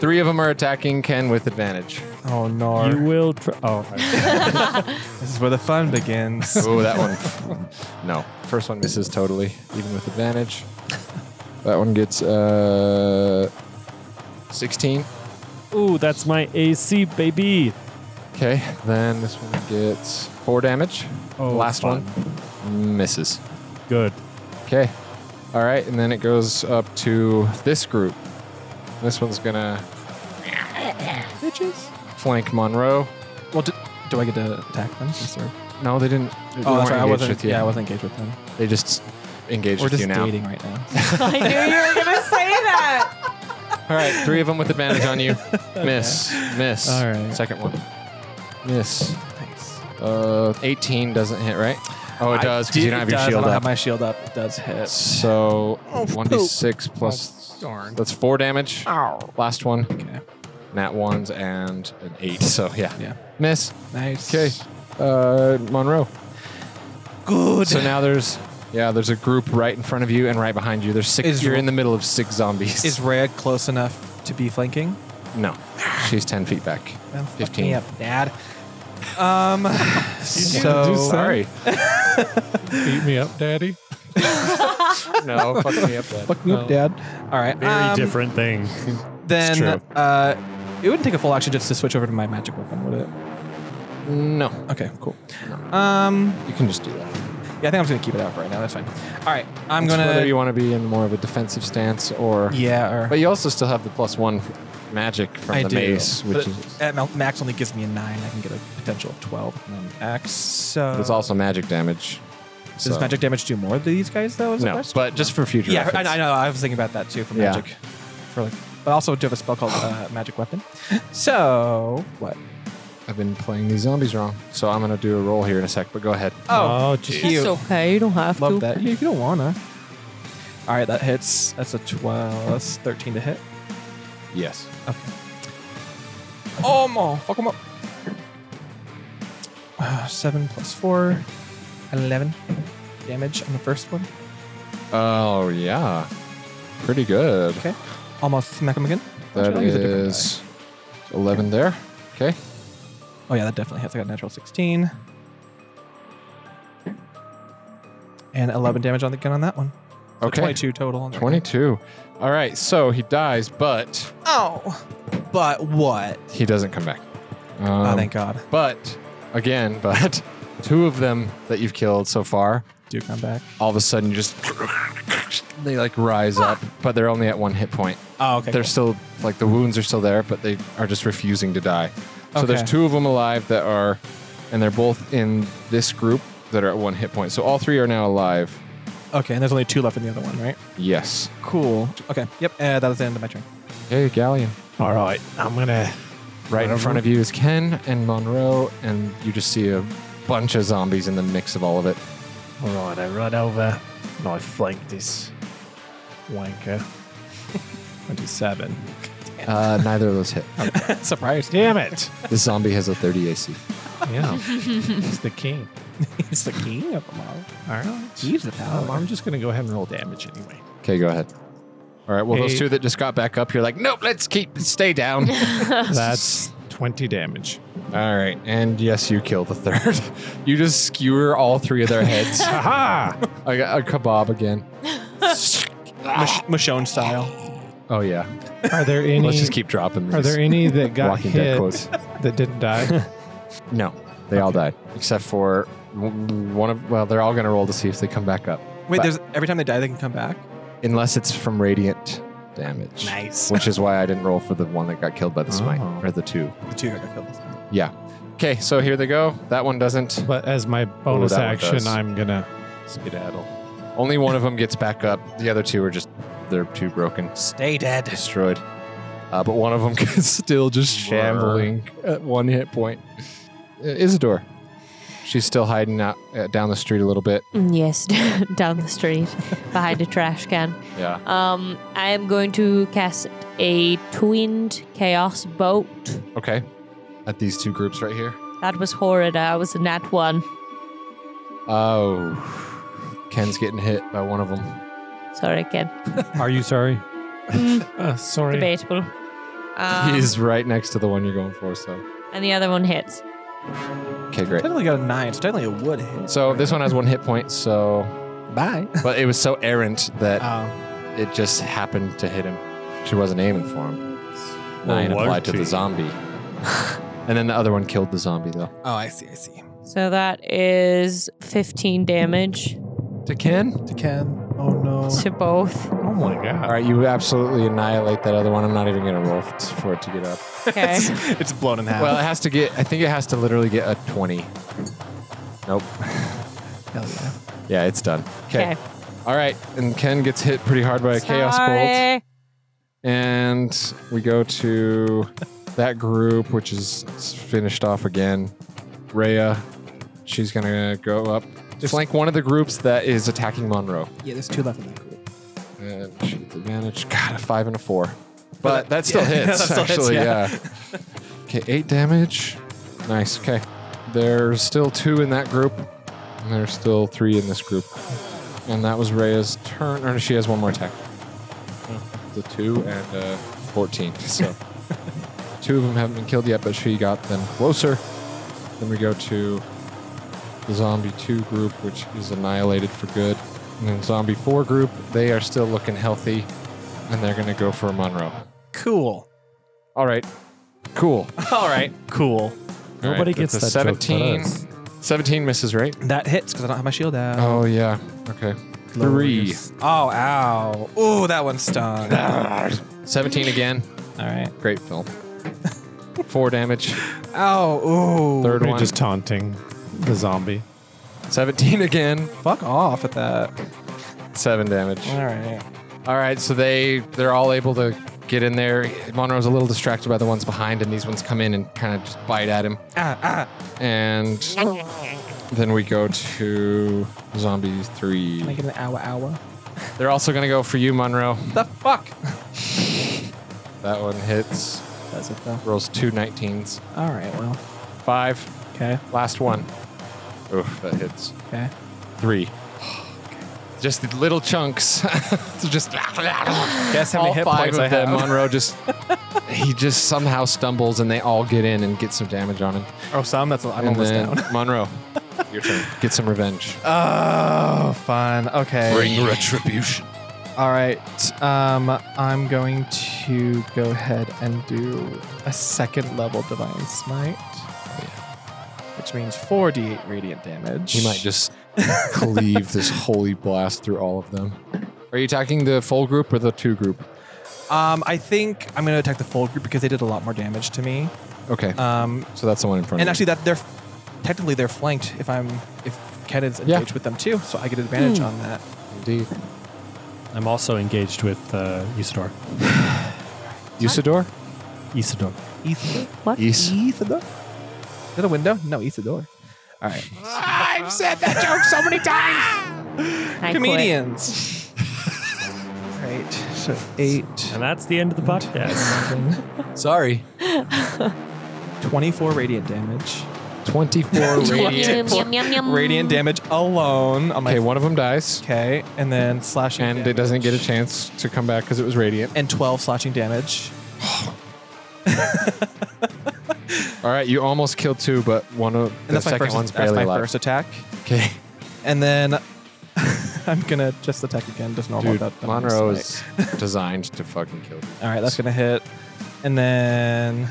Three of them are attacking Ken with advantage.
Oh no.
You will try. Oh, I-
this is where the fun begins.
Oh, that one. No. First one misses totally, even with advantage. That one gets uh, 16.
ooh, that's my AC, baby.
Okay, then this one gets four damage.
Oh,
Last
fun.
one misses.
Good.
Okay. All right, and then it goes up to this group. This one's gonna flank Monroe.
well, do, do I get to attack them? Yes, sir.
No, they didn't. They
Oh,
weren't
that's right. I
engaged
wasn't.
with you.
Yeah, I wasn't engaged with them.
They just engaged
We're
with
just
you now.
dating right now.
I knew you were gonna say that.
All right, three of them with advantage on you. Miss, miss.
All right.
Second one. Miss.
Nice.
Uh, 18 doesn't hit, right? Oh, it does because you don't have your
does, I
shield
don't
up.
have my shield up. It does hit.
So one d six plus.
darn.
That's four damage. Last one,
Okay.
nat ones and an eight. So yeah,
Yeah.
miss.
Nice.
Okay, uh, Monroe.
Good.
So now there's yeah, there's a group right in front of you and right behind you. There's six.
Is-
you're in the middle of six zombies.
Is Rhea close enough to be flanking?
no, she's ten feet back.
Oh, fuck Me
Fifteen.
up, Dad. Um. so
do something.
Oh, Sorry.
Beat me up, daddy.
no, fuck me up. Then.
Fuck me up, Dad. All right.
Very
um,
different thing.
Then
It's true.
uh, it wouldn't take a full action just to switch over to my magic weapon, would it?
No,
Okay. Cool. Um.
you can just do that.
Yeah, I think I'm just gonna keep it out for right now. That's fine. All right. I'm
It's
gonna.
whether you want to be in more of a defensive stance or
yeah. Or
But you also still have the plus one f- magic from
I
the
do.
mace, which
but
is
at ma- max only gives me a nine. I can get a potential of twelve. And then max. So
but it's also magic damage.
does
so-
magic damage do more to these guys though? Is the
No,
question?
but just for future
Yeah, I,
reference.
I know. I was thinking about that too for
Yeah.
magic. For like, but I also do have a spell called uh, magic weapon. So what?
I've been playing these zombies wrong, so I'm gonna do a roll here in a sec. But go ahead.
Oh,
Oh, just
It's
Cute.
okay. You don't have
love
to.
that. You, you don't wanna. All right, that hits. That's a twelve. That's thirteen to hit.
Yes.
Okay. Oh, mo. Fuck him up. Uh, seven plus four. Eleven damage on the first one.
Oh yeah, pretty good.
Okay. Almost smack him again.
That
Actually, I use a different
is eleven there. Okay.
die. Oh, yeah, that definitely hits. I got a natural 16. And 11 damage on the gun on that one. So
Okay.
22 total. On that one.
Twenty-two. All right, so he dies, but
Oh. But what?
he doesn't come back.
oh,
Um,
thank God.
But again, but two of them that you've killed so far
Do come back.
all of a sudden you just they like rise up, but they're only at one hit point.
Oh, okay.
They're
cool.
still like the wounds are still there, but they are just refusing to die. So there's
Okay.
two of them alive that are, and they're both in this group that are at one hit point. So all three are now alive.
Okay, and there's only two left in the other one, right?
Yes.
Cool. Okay. Yep. Uh, that is the end of my turn.
Hey, Galleon.
All right.
I'm gonna.
Right in front of you is Ken and Monroe, and you just see a bunch of zombies in the mix of all of it.
All right. I run over and I flank this wanker. 27.
Uh, neither of those hit.
Surprise.
Damn it.
This zombie has a 30 AC.
Yeah. He's the king. He's the king of them all. All right. He's the power. I'm just going to go ahead and roll damage anyway.
Okay, go ahead. All right. Well, those
Eight.
two that just got back up, you're like, nope, let's keep stay down.
That's 20 damage.
All right, and yes, you kill the third. you just skewer all three of their heads.
Aha!
I got a kebab again.
Mich- Michonne style.
Oh yeah.
Are there any?
Let's just keep dropping these.
Are there any that got
Walking
hit
Dead quotes.
that didn't die?
No, they all died except for w- one of. Well, they're all gonna roll to see if they come back up,
Wait,
But-
there's every time they die, they can come back.
unless it's from radiant damage.
Nice. Oh.
Which is why I didn't roll for the one that got killed by the smite or the two.
The two that got killed. this time.
Yeah. Okay, so here they go. That one doesn't.
But as my bonus
that one
action,
does.
I'm gonna skedaddle.
Only one of them gets back up. The other two are just they're too broken.
Stay dead.
destroyed. Uh, but one of them is still just shambling at one hit point. Uh, Isidore. She's still hiding out uh, down the street a little bit.
Mm, yes, down the street behind a trash can.
Yeah.
Um, I am going to cast a twinned chaos boat.
Okay. At these two groups right here.
That was horrid. I was a nat one,
Oh. Ken's getting hit by one of them.
sorry, Ken.
Are you sorry?
Uh, sorry.
Debatable. Um,
He's right next to the one you're going for, so.
and the other one hits.
Okay, great.
Definitely got a nine. It's definitely a wood hit.
So this one has one hit point, so.
Bye.
But it was so errant that
Um,
it just happened to hit him. She wasn't aiming for him. Nine
was
applied to
she?
the zombie. and then the other one killed the zombie, though.
oh, I see. I see.
So that is 15 damage
To Ken?
To Ken. Oh no.
to both.
Oh my
All
god.
right, you absolutely annihilate that other one. I'm not even going to roll f- for it to get up.
Okay.
it's blown in half.
Well, it has to get, I think it has to literally get a 20. Nope.
Hell yeah.
Yeah, it's done. Okay.
Okay.
All right, and Ken gets hit pretty hard by a chaos bolt.
Sorry.
And we go to that group, which is s- finished off again. Rhea, she's going to go up, flank one of the groups that is attacking Monroe.
Yeah, there's two left in that group.
And she gets advantage. God, a five and a four. But that still
yeah,
hits,
that still hits,
actually,
yeah.
yeah. Okay, eight damage. Nice, okay. There's still two in that group, and there's still three in this group. And that was Rhea's turn. Or she has one more attack. The two and uh, 14. So two of them haven't been killed yet, but she got them closer. Then we go to the Zombie 2 group, which is annihilated for good. And then Zombie 4 group, they are still looking healthy, and they're going to go for Monroe.
Cool.
All right. Cool.
All right. Cool.
Nobody gets
that's a
that joke but
17.
us.
17 misses, right?
That hits because I don't have my shield out.
Oh, yeah. Okay. Three.
Oh, ow. Ooh, that one stung. All
17 again.
right.
Great film. Four damage.
Ow. Ooh.
Third
You're
one.
just taunting the zombie.
17 again.
Fuck off at that.
Seven damage.
All right.
All right, so they they're all able to get in there. Monroe's a little distracted by the ones behind, and these ones come in and kind of just bite at him.
Ah, ah.
And then we go to zombie
Can I
three.
get an ow, ow?
They're also gonna go for you, Monroe.
The fuck?
That one hits.
That's it though.
Rolls two 19s.
All right. Well.
Five.
Okay.
Last one. Oof, that hits.
Okay.
Three. Just little chunks. So just
Guess how many
all
hit
five
points
of
I have.
them. Monroe just he just somehow stumbles, and they all get in and get some damage on him.
Oh, some. That's. I'm
and
almost
then
down.
Monroe, your turn. Get some revenge.
Oh, fun. Okay.
Bring retribution.
All right. Um, I'm going to go ahead and do a second level divine smite, which means 4d8 radiant damage.
He might just cleave this holy blast through all of them. Are you attacking the full group or the two group?
Um, I think I'm going to attack the full group because they did a lot more damage to me.
Okay,
Um,
so that's the one in front. of
and
you.
actually, that they're technically they're flanked if I'm if Ken is
Yeah. Hmm.
engaged with them too, so I get advantage on that.
indeed,
I'm also engaged with uh, Isidore.
Usador.
Isidore.
Isidore.
What?
Is
Isidore. Is that a window? No, Isidore. All right.
I've said that joke so many times.
I quit.
Comedians. Right. So eight.
And that's the end of the podcast.
Sorry.
24 radiant damage.
24 radiant.
Yum, yum, yum, yum.
Radiant damage alone. on my
Okay, one of them dies,
Okay, and then slashing
and it
damage.
doesn't get a chance to come back because it was radiant.
And 12 slashing damage.
All right, you almost killed two, but one of
And
the
that's my
second
first,
one's
that's
barely
my
alive.
first attack.
Okay,
And then I'm going to just attack again, just normal.
dude,
that- that
Monroe
one's
is designed to fucking kill.
like- All right, that's going to hit. And then.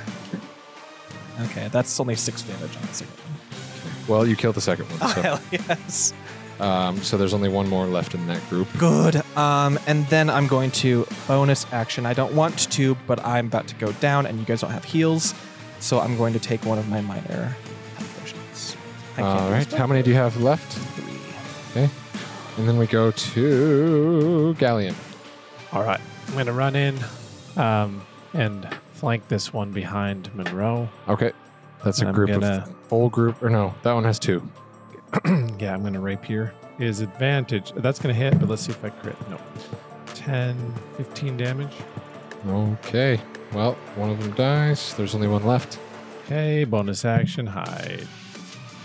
Okay, that's only six damage on the second one.
Well, you killed the second one, so
Hell yes.
um, so there's only one more left in that group.
Good. Um, and then I'm going to bonus action. I don't want to, but I'm about to go down, and you guys don't have heals, so I'm going to take one of my minor health potions. I can't
All
use
right,
them.
how many do you have left? Three. Okay, and then we go to Galleon.
All right. I'm going to run in um, and flank this one behind Monroe.
Okay, that's a
I'm
group
gonna-
of full group, or no, that one has two.
Yeah, I'm going to rapier. Is advantage. That's going to hit, but let's see if I crit. No. 10, 15 damage.
Okay, well, one of them dies. There's only one left.
Okay, bonus action, hide.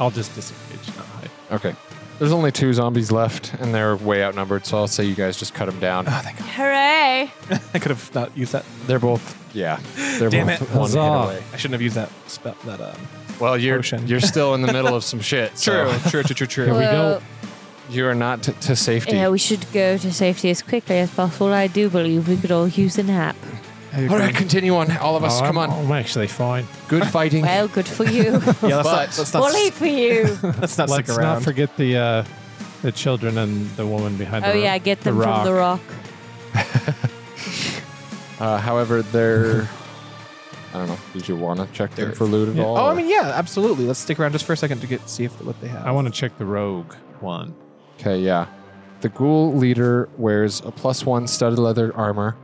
I'll just disengage, not hide.
Okay. There's only two zombies left, and they're way outnumbered, so I'll say you guys just cut them down.
Oh, thank God.
Hooray!
I could have not used that.
They're both, yeah. They're
Damn
both one hit
it.
Huzzah.
away.
I shouldn't have used that spell. That um.
Well, you're
Potion.
you're still in the middle of some shit. so
True. True. True. True.
we go.
Well,
you are not t- to safety.
Yeah, we should go to safety as quickly as possible. I do believe we could all use a nap.
All right, continue on, all of us.
Oh,
come
I'm,
on,
I'm actually fine.
good fighting.
Well, good for you.
Yeah, let's
But-
not, let's not,
Bully for you.
let's not
Let's
stick
not
around.
forget the uh, the children and the woman behind
Oh
the
yeah, get them
rock.
from the rock.
Uh, however, they're I don't know. Did you wanna check them
They're-
for loot at
yeah.
all?
oh, I
or-
mean, yeah, absolutely. Let's stick around just for a second to get see if what they have.
I want to check the rogue one.
Okay, yeah. The ghoul leader wears a plus one studded leather armor,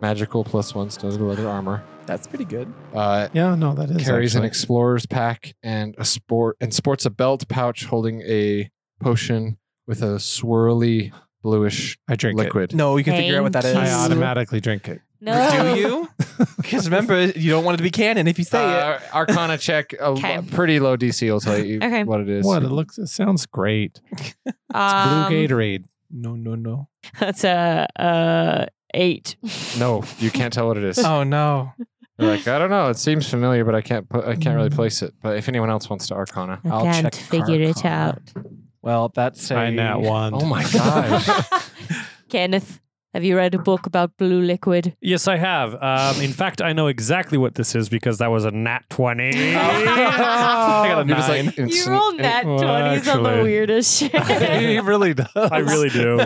magical plus one studded leather armor.
That's pretty good.
Uh,
Yeah, no, that is
carries an
actually-
explorer's pack and a sport and sports a belt pouch holding a potion with a swirly bluish
I drink
liquid.
No, you can figure out what that
it.
is.
Thank
I
Yes.
automatically drink it.
No.
Do you? Because remember, you don't want it to be canon if you say it.
Uh, Arcana check, a
Okay.
lo- pretty low DC will tell you
Okay.
what it is.
What? It looks. It sounds great. It's
Um,
blue Gatorade.
No, no, no.
That's a uh, eight.
No, you can't tell what it is.
Oh no.
You're like I don't know. It seems familiar, but I can't. Put, I can't really place it. But if anyone else wants to Arcana,
I
I'll
can't
check
Mm. figure it out.
Well, that's a
I nat one.
oh my gosh,
Kenneth, have you read a book about blue liquid?
Yes, I have. Um, in fact, I know exactly what this is because that was a nat 20.
I got a
You're just
nine.
like, it's-
you rolled
it-
that
well,
20s on the
actually-
weirdest shit.
he really does.
I really do.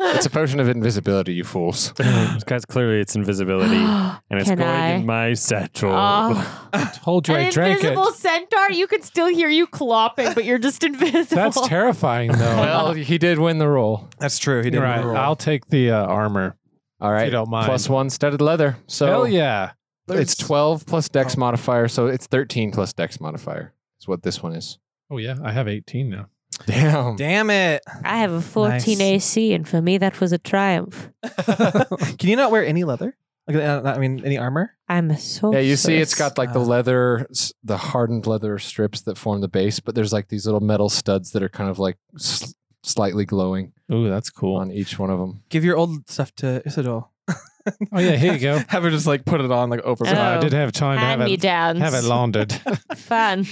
It's a potion of invisibility, you fools.
Guys, clearly it's invisibility, and it's
Can
going
I?
in my satchel.
Oh.
told you
An
I drank it.
invisible centaur, you can still hear you clopping, but you're just invisible.
That's terrifying, though.
well, he did win the roll.
That's true. He didn't
Right.
roll.
I'll take the uh, armor.
All right,
don't mind.
plus one studded leather. So
Hell yeah!
It's 12 plus dex modifier, so it's 13 plus dex modifier. Is what this one is.
Oh yeah, I have 18 now.
Damn.
Damn it.
I have a 14
Nice.
AC, and for me, that was a triumph.
Can you not wear any leather? Like, uh, I mean, any armor?
I'm a so.
Yeah, you see, it's got like the
Oh, Uh.
leather, s- the hardened leather strips that form the base, but there's like these little metal studs that are kind of like s- slightly glowing
Ooh, that's cool.
on each one of them.
Give your old stuff to Isidore.
Oh yeah, here you go.
Have her just like put it on like over.
So I
Oh.
did have time to have
hand me
it
downs.
have it laundered.
Fun.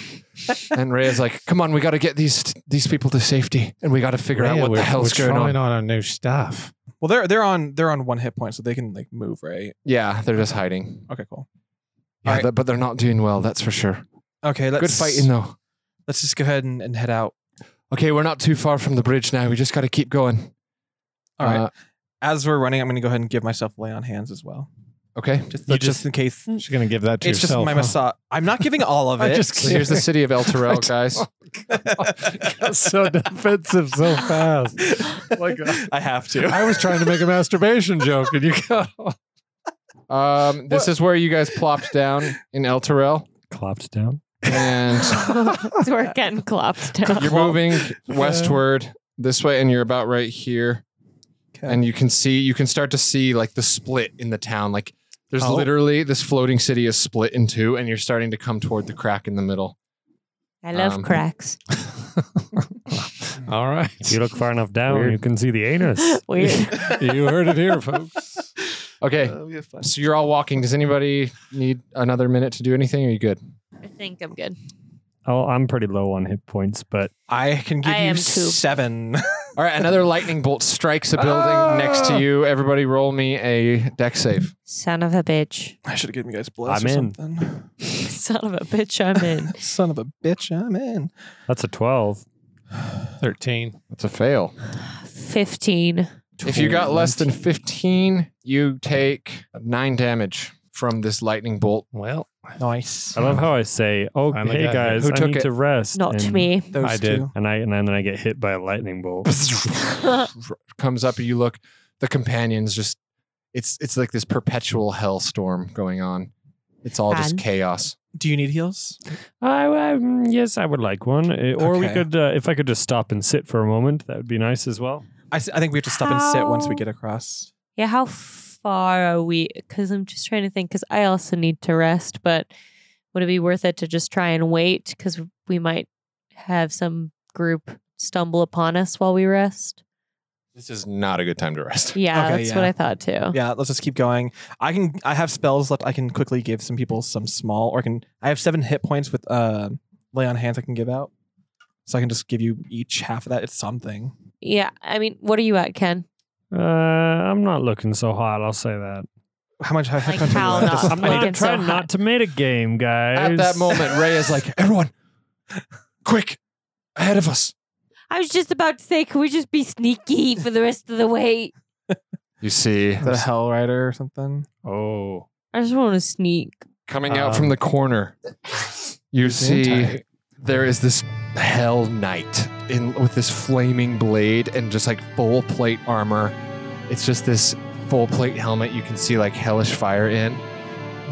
And Rhea's like, "Come on, we got to get these these people to safety, and we got to figure out
Yeah,
what
we're,
the hell's
we're
going on."
trying on our new stuff.
Well, they're they're on they're on one hit point, so they can like move, right?
Yeah, they're just hiding.
Okay, cool.
Yeah,
Alright.
th- but they're not doing well. That's for sure.
Okay, let's
Good fighting though.
Let's just go ahead and, and head out.
Okay, we're not too far from the bridge now. We just got to keep going.
All right.
Uh,
As we're running, I'm going to go ahead and give myself lay on hands as well,
okay.
just
You
just, in case.
She's gonna give that to
It's just
yourself.
my
huh?
massage. I'm not giving all of
I
it.
just-
Here's the city of El Terrell, guys.
Got so defensive so fast.
like I have to.
I was trying to make a masturbation joke, and you got
Um, this
What?
is where you guys plopped down in El Terrell,
Clopped down.
and
It's where we're getting clopped down.
you're moving westward this way, and you're about right here, and you can see you can start to see like the split in the town. Like there's
Oh.
literally this floating city is split in two, and you're starting to come toward the crack in the middle.
I love
Um,
cracks.
All right.
If you look far enough down,
Weird.
you can see the anus.
Weird.
you heard it here, folks.
Okay,
we have fun.
so you're all walking. Does anybody need another minute to do anything? Or are you good?
I think I'm good.
Oh, I'm pretty low on hit points, but
I can give
I
you
am too.
seven.
All right, another lightning bolt strikes a building next to you. Everybody, roll me a deck save.
Son of a bitch.
I should have given you guys bless
I'm
or
in.
something.
Son of a bitch. I'm in.
Son of a bitch, I'm in.
that's a 12.
13.
That's a fail.
Fifteen.
If you got less than 15, you take nine damage from this lightning bolt.
Well,
Nice.
I love how I say, "Oh,
Finally
hey
got it.
guys,
Who
I
took
need
it?
to rest."
Not
and-
me.
Those
I did.
two.
And I and then I get hit by a lightning bolt.
comes up and you look the companions just it's it's like this perpetual hellstorm going on it's all just
Fun.
chaos
Do you need heals?
I, I- mm, yes, I would like one. Uh, Or we
Okay.
could, uh, if I could just stop and sit for a moment, that would be nice as well.
I, s- I think we have to stop and sit once we
How-
get across.
Yeah, how far are we? Because I'm just trying to think, because I also need to rest, but would it be worth it to just try and wait? Because we might have some group stumble upon us while we rest.
this is not a good time to rest
Yeah,
Okay,
that's what
yeah.
I thought too.
Yeah, let's just keep going. I can. I have spells left. I can quickly give some people some small, or I can. I have seven hit points with uh, lay on hands. I can give out, so I can just give you each half of that. It's something.
Yeah, I mean, what are you at, Ken?
Uh, I'm not looking so hot. I'll say that.
How much? How
Like,
much
how
left?
not?
Just-
I'm
Like,
not, I'm
it's so
trying
hot.
not to make a game, guys.
at that moment ray is like everyone quick ahead of us
I was just about to say, can we just be sneaky for the rest of the way?
you see
Is that a hell rider or something?
oh.
I just want to sneak.
coming out from the corner you see there is this hell knight in with this flaming blade and just like full plate armor it's just this full plate helmet you can see like hellish fire in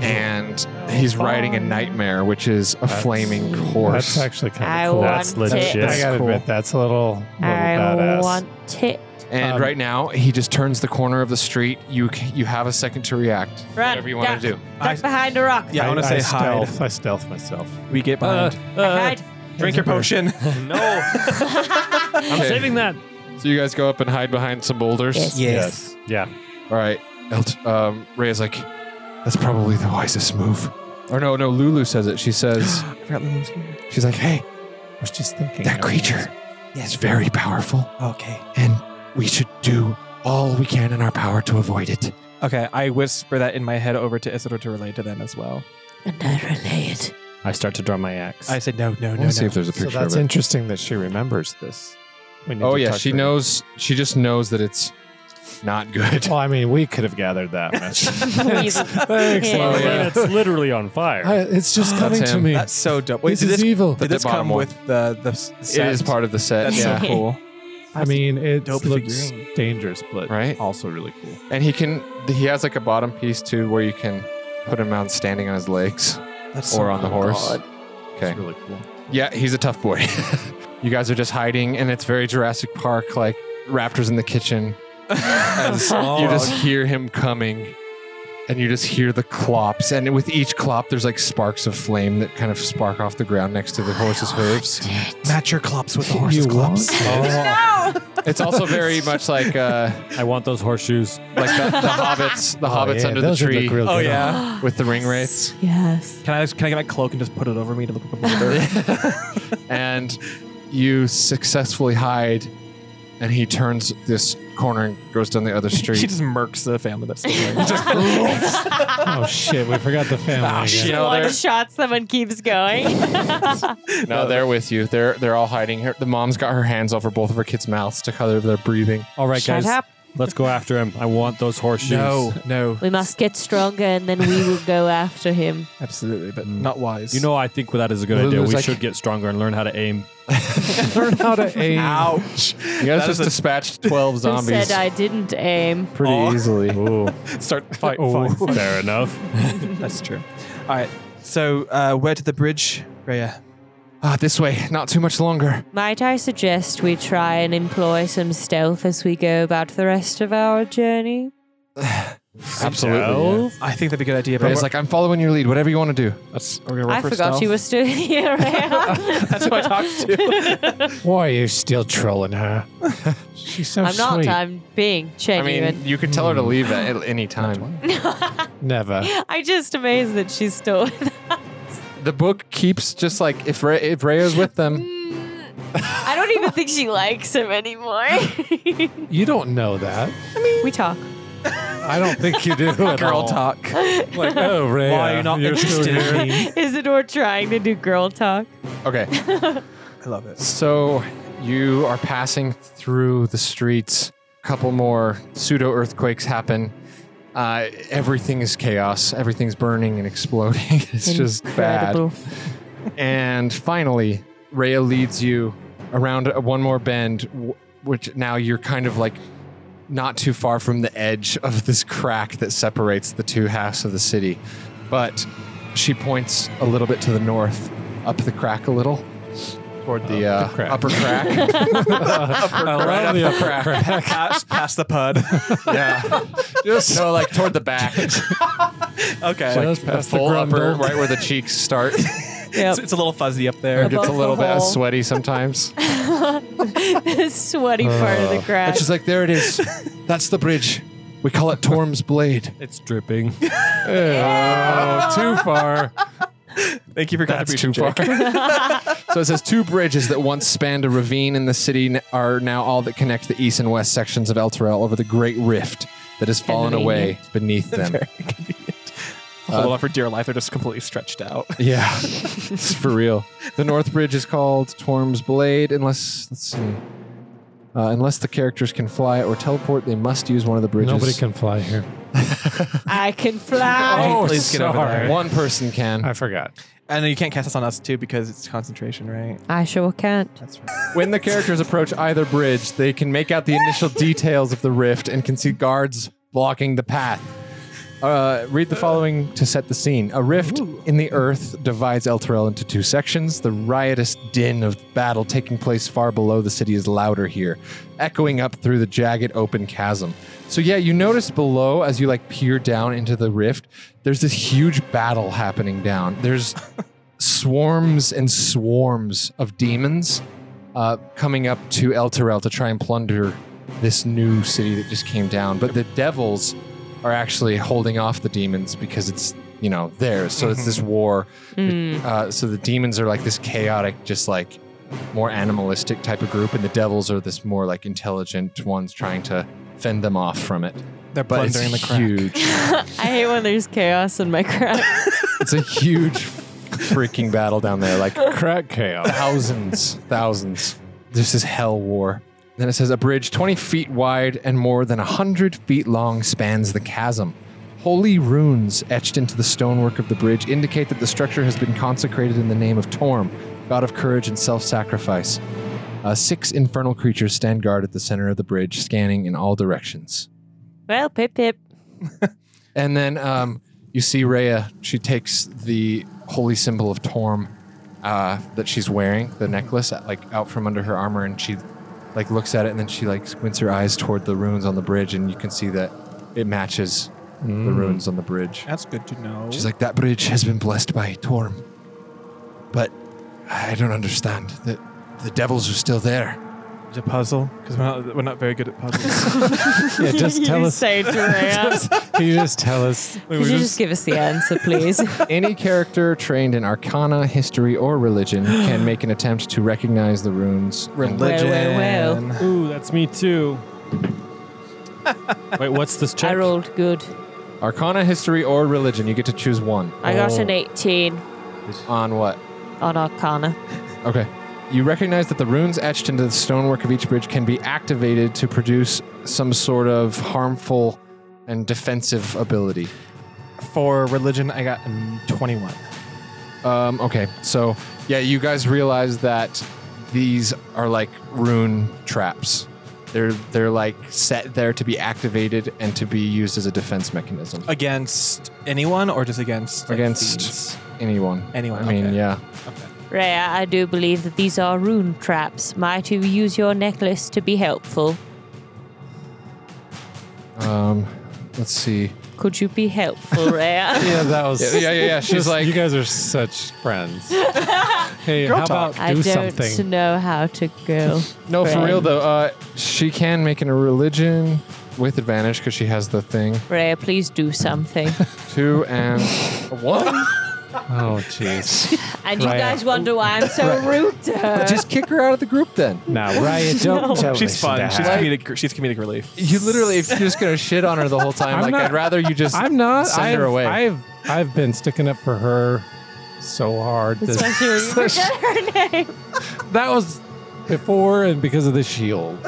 and he's riding a
fire.
nightmare which is a flaming horse
That's actually kind
I
of cool.
That's
want
legit.
it.
I gotta
cool.
admit, that's a little, little
I
badass.
want it.
and
Um,
right now he just turns the corner of the street you c- you have a second to react
Uh,
Run,
whatever you want
duck.
to do
I-
Duck behind a rock.
Yeah, I, want to say hide.
stealth. I stealth myself.
We get behind.
Uh,
Hide.
Drink your potion.
no, I'm
Okay.
saving that.
so you guys go up and hide behind some boulders
Yes.
yes.
Yeah,
All right. Elt- um, Ray is like, that's probably the wisest move. Or no, no, Lulu says it. She says,
I forgot Lulu's here.
she's like, hey,
I was just thinking.
that creature is very powerful,
Okay.
and we should do all we can in our power to avoid it.
Okay. I whisper that in my head over to Isidore to relay to them as well.
And I relay it.
I start to draw my axe.
I said no, no,
Let
no.
me see
no.
if there's a
So
picture
that's
of it.
interesting that she remembers this. We need
oh,
to
yeah.
talk
She
to her.
knows, she just knows that it's not good.
Well, I mean, we could have gathered that much.
Thanks,
Oh,
Oh,
yeah.
yeah.
it's literally on fire.
it's just coming
That's
to
him.
me.
That's so dope. Wait,
this
did
is
this,
evil.
did this
The bottom
come
one.
with the the? s-
It
set?
is part of the set.
That's
yeah.
so cool.
I mean, it
Dope
looks
figurine.
dangerous, but
Right?
also really cool.
And he can, he has like a bottom piece too where you can put him on standing on his legs
That's
or on the horse. Okay.
It's really cool.
Yeah, he's a tough boy. you guys are just hiding, and it's very Jurassic Park, like raptors in the kitchen. As you
Oh,
Oh.
just hear him coming, and you just hear the clops. And with each clop, there's like sparks of flame that kind of spark off the ground next to the
Oh
horse's hooves.
match your clops with the horse's
You
clops.
Oh!
It's also very much like uh,
I want those horseshoes.
like the, the hobbits, the hobbits
Oh, yeah,
under the
those would
tree
look real
Oh
good on-
yeah.
with the ring wraiths.
Yes.
Can I can I get my cloak and just put it over me to look like a blither?
and you successfully hide. And he turns this corner and goes down the other street.
she just murks the family that's still there. Just-
Oh shit, we forgot the family. again.
You know,
one
they're-
shot someone keeps going.
No, they're with you. They're they're all hiding. Her, the mom's got her hands over both of her kids' mouths to cover their breathing.
Oh,
All right,
Shut
guys,
up.
let's go after him. I want those horseshoes.
no,
We must get stronger and then we will go after him.
absolutely, but not wise.
You know, I think that is a good
Well,
idea.
there's
We
like-
should get stronger and learn how to aim.
Learn how to aim.
ouch!
You guys just dispatched twelve
Who
zombies
said I didn't aim?
pretty
Aw.
easily.
Start fight. fight.
Fair enough.
That's true. All right. So uh, where to the bridge, Raya?
Ah, this way. Not too much longer.
Might I suggest we try and employ some stealth as we go about the rest of our journey?
Absolutely,
Stealth?
I think that'd be a good idea.
But it's
we're-
like I'm following your lead. Whatever you want to do.
That's, we're gonna roll
I
for
forgot
stealth.
she was still yeah, right?
that's who I talked to.
Why are you still trolling her? She's so
I'm not.
sweet.
I'm being
I mean,
genuine.
you could tell her to leave at any time.
Never.
I'm just amazed that she's still with
The book keeps just like if Re- if Raya's with them.
Mm, I don't even think she likes him anymore.
You don't know that.
we talk.
I don't think you do. at
Girl
all.
talk.
Like, oh, Ray.
Why are you not interested in me?
Isidore trying to do girl talk.
Okay,
I love it.
so you are passing through the streets. A couple more pseudo earthquakes happen. Uh, everything is chaos. Everything's burning and exploding. It's just bad.
Incredible.
And finally, Rhea leads you around one more bend, w- which now you're kind of like not too far from the edge of this crack that separates the two halves of the city. But she points a little bit to the north, up the crack a little, toward the, uh,
crack.
upper crack.
Right up the upper crack.
Pass, pass the pud.
yeah. Just no, like toward the back.
Okay.
Just
the
past the
full upper,
grundle.
right where the cheeks start.
Yep.
It's, it's a little fuzzy up there.
Okay.
Gets a
Above
little
the
bit uh,
hole.
sweaty sometimes.
the sweaty part of the
And
grass.
she's like, there it is. That's the bridge. We call it Torm's Blade.
It's dripping.
Oh, too far.
Thank you for
That's
contribution.
too far. so it says two bridges that once spanned a ravine in the city n- are now all that connect the east and west sections of El Terrell over the Great Rift that has fallen away beneath them.
Hold on for dear life. They're just completely stretched out.
Yeah, it's for real. The North Bridge is called Torm's Blade, unless let's see. Uh, unless the characters can fly or teleport, they must use one of the bridges.
Nobody can fly here.
I can fly.
Oh,
please get over
sorry.
there.
One person can.
I forgot.
And you can't cast this on us too because it's concentration, right?
I sure can't.
That's right.
When the characters approach either bridge, they can make out the initial details of the rift and can see guards blocking the path. Uh, read the following to set the scene. A rift in the earth divides El Terrell into two sections. The riotous din of battle taking place far below the city is louder here, echoing up through the jagged open chasm. So, yeah, you notice below as you like peer down into the rift, there's this huge battle happening down. There's swarms and swarms of demons uh, coming up to El Terrell to try and plunder this new city that just came down. But the devils are actually holding off the demons because it's you know theirs. So
Mm-hmm.
it's this war.
Mm.
Uh, so the demons are like this chaotic, just like more animalistic type of group, and the devils are this more like intelligent ones trying to fend them off from it.
They're
But it's
plundering the crack.
huge.
I hate when there's chaos in my crack.
it's a huge freaking battle down there. Like
Crack chaos.
thousands, thousands. This is hell war. Then it says a bridge 20 feet wide and more than 100 feet long spans the chasm. Holy runes etched into the stonework of the bridge indicate that the structure has been consecrated in the name of Torm, god of courage and self sacrifice. Uh, six infernal creatures stand guard at the center of the bridge, scanning in all directions.
well, pip pip.
And then um, you see Rhea. She takes the holy symbol of Torm uh, that she's wearing, the necklace, uh, like out from under her armor, and she like looks at it, and then she like squints her eyes toward the runes on the bridge, and you can see that it matches the runes on the bridge.
That's good to know.
She's like, that bridge has been blessed by Torm, but I don't understand. The the devils are still there.
it's a puzzle because we're not, we're not very good at puzzles.
Yeah, just tell
you
us.
say to Rhea.
Can you just tell us?
Could you just give us the answer, please?
Any character trained in arcana, history, or religion can make an attempt to recognize the runes.
Religion.
Well, well,
Ooh, that's me too. Wait, what's this check?
I rolled good.
Arcana, history, or religion. You get to choose one.
I got
Oh.
an 18
On what?
on Arcana.
Okay. You recognize that the runes etched into the stonework of each bridge can be activated to produce some sort of harmful and defensive ability.
For religion, I got um, 21.
Um, okay, so yeah, you guys realize that these are like rune traps. They're they're like set there to be activated and to be used as a defense mechanism
Against anyone or just against? like,
against
thieves?
anyone.
Anyone,
I mean,
okay.
yeah.
Rhea, I do believe that these are rune traps. Might you use your necklace to be helpful?
Um, Let's see.
Could you be helpful, Rhea?
Yeah, that was.
Yeah, yeah, yeah, yeah. She's
Just-
like-
you guys are such friends. hey, how
talk.
about
I
do
don't
something?
know how to go.
No, for
Right.
real though. Uh, she can make an, a religion with advantage because she has the thing.
Rhea, please do something.
Two and one.
Oh, jeez.
And you
Rhea.
guys wonder why I'm so rude to her.
Just kick her out of the group then.
now, Ryan, don't. don't
She's
listen to
fun. She's
her.
comedic. She's comedic relief.
You literally, if you're just gonna shit on her the whole time,
I'm
like
not-
I'd rather you just.
I'm not.
Send
I've,
her away.
I've I've been sticking up for her so hard. This,
Especially when you forget her name.
that was before and because of the shield.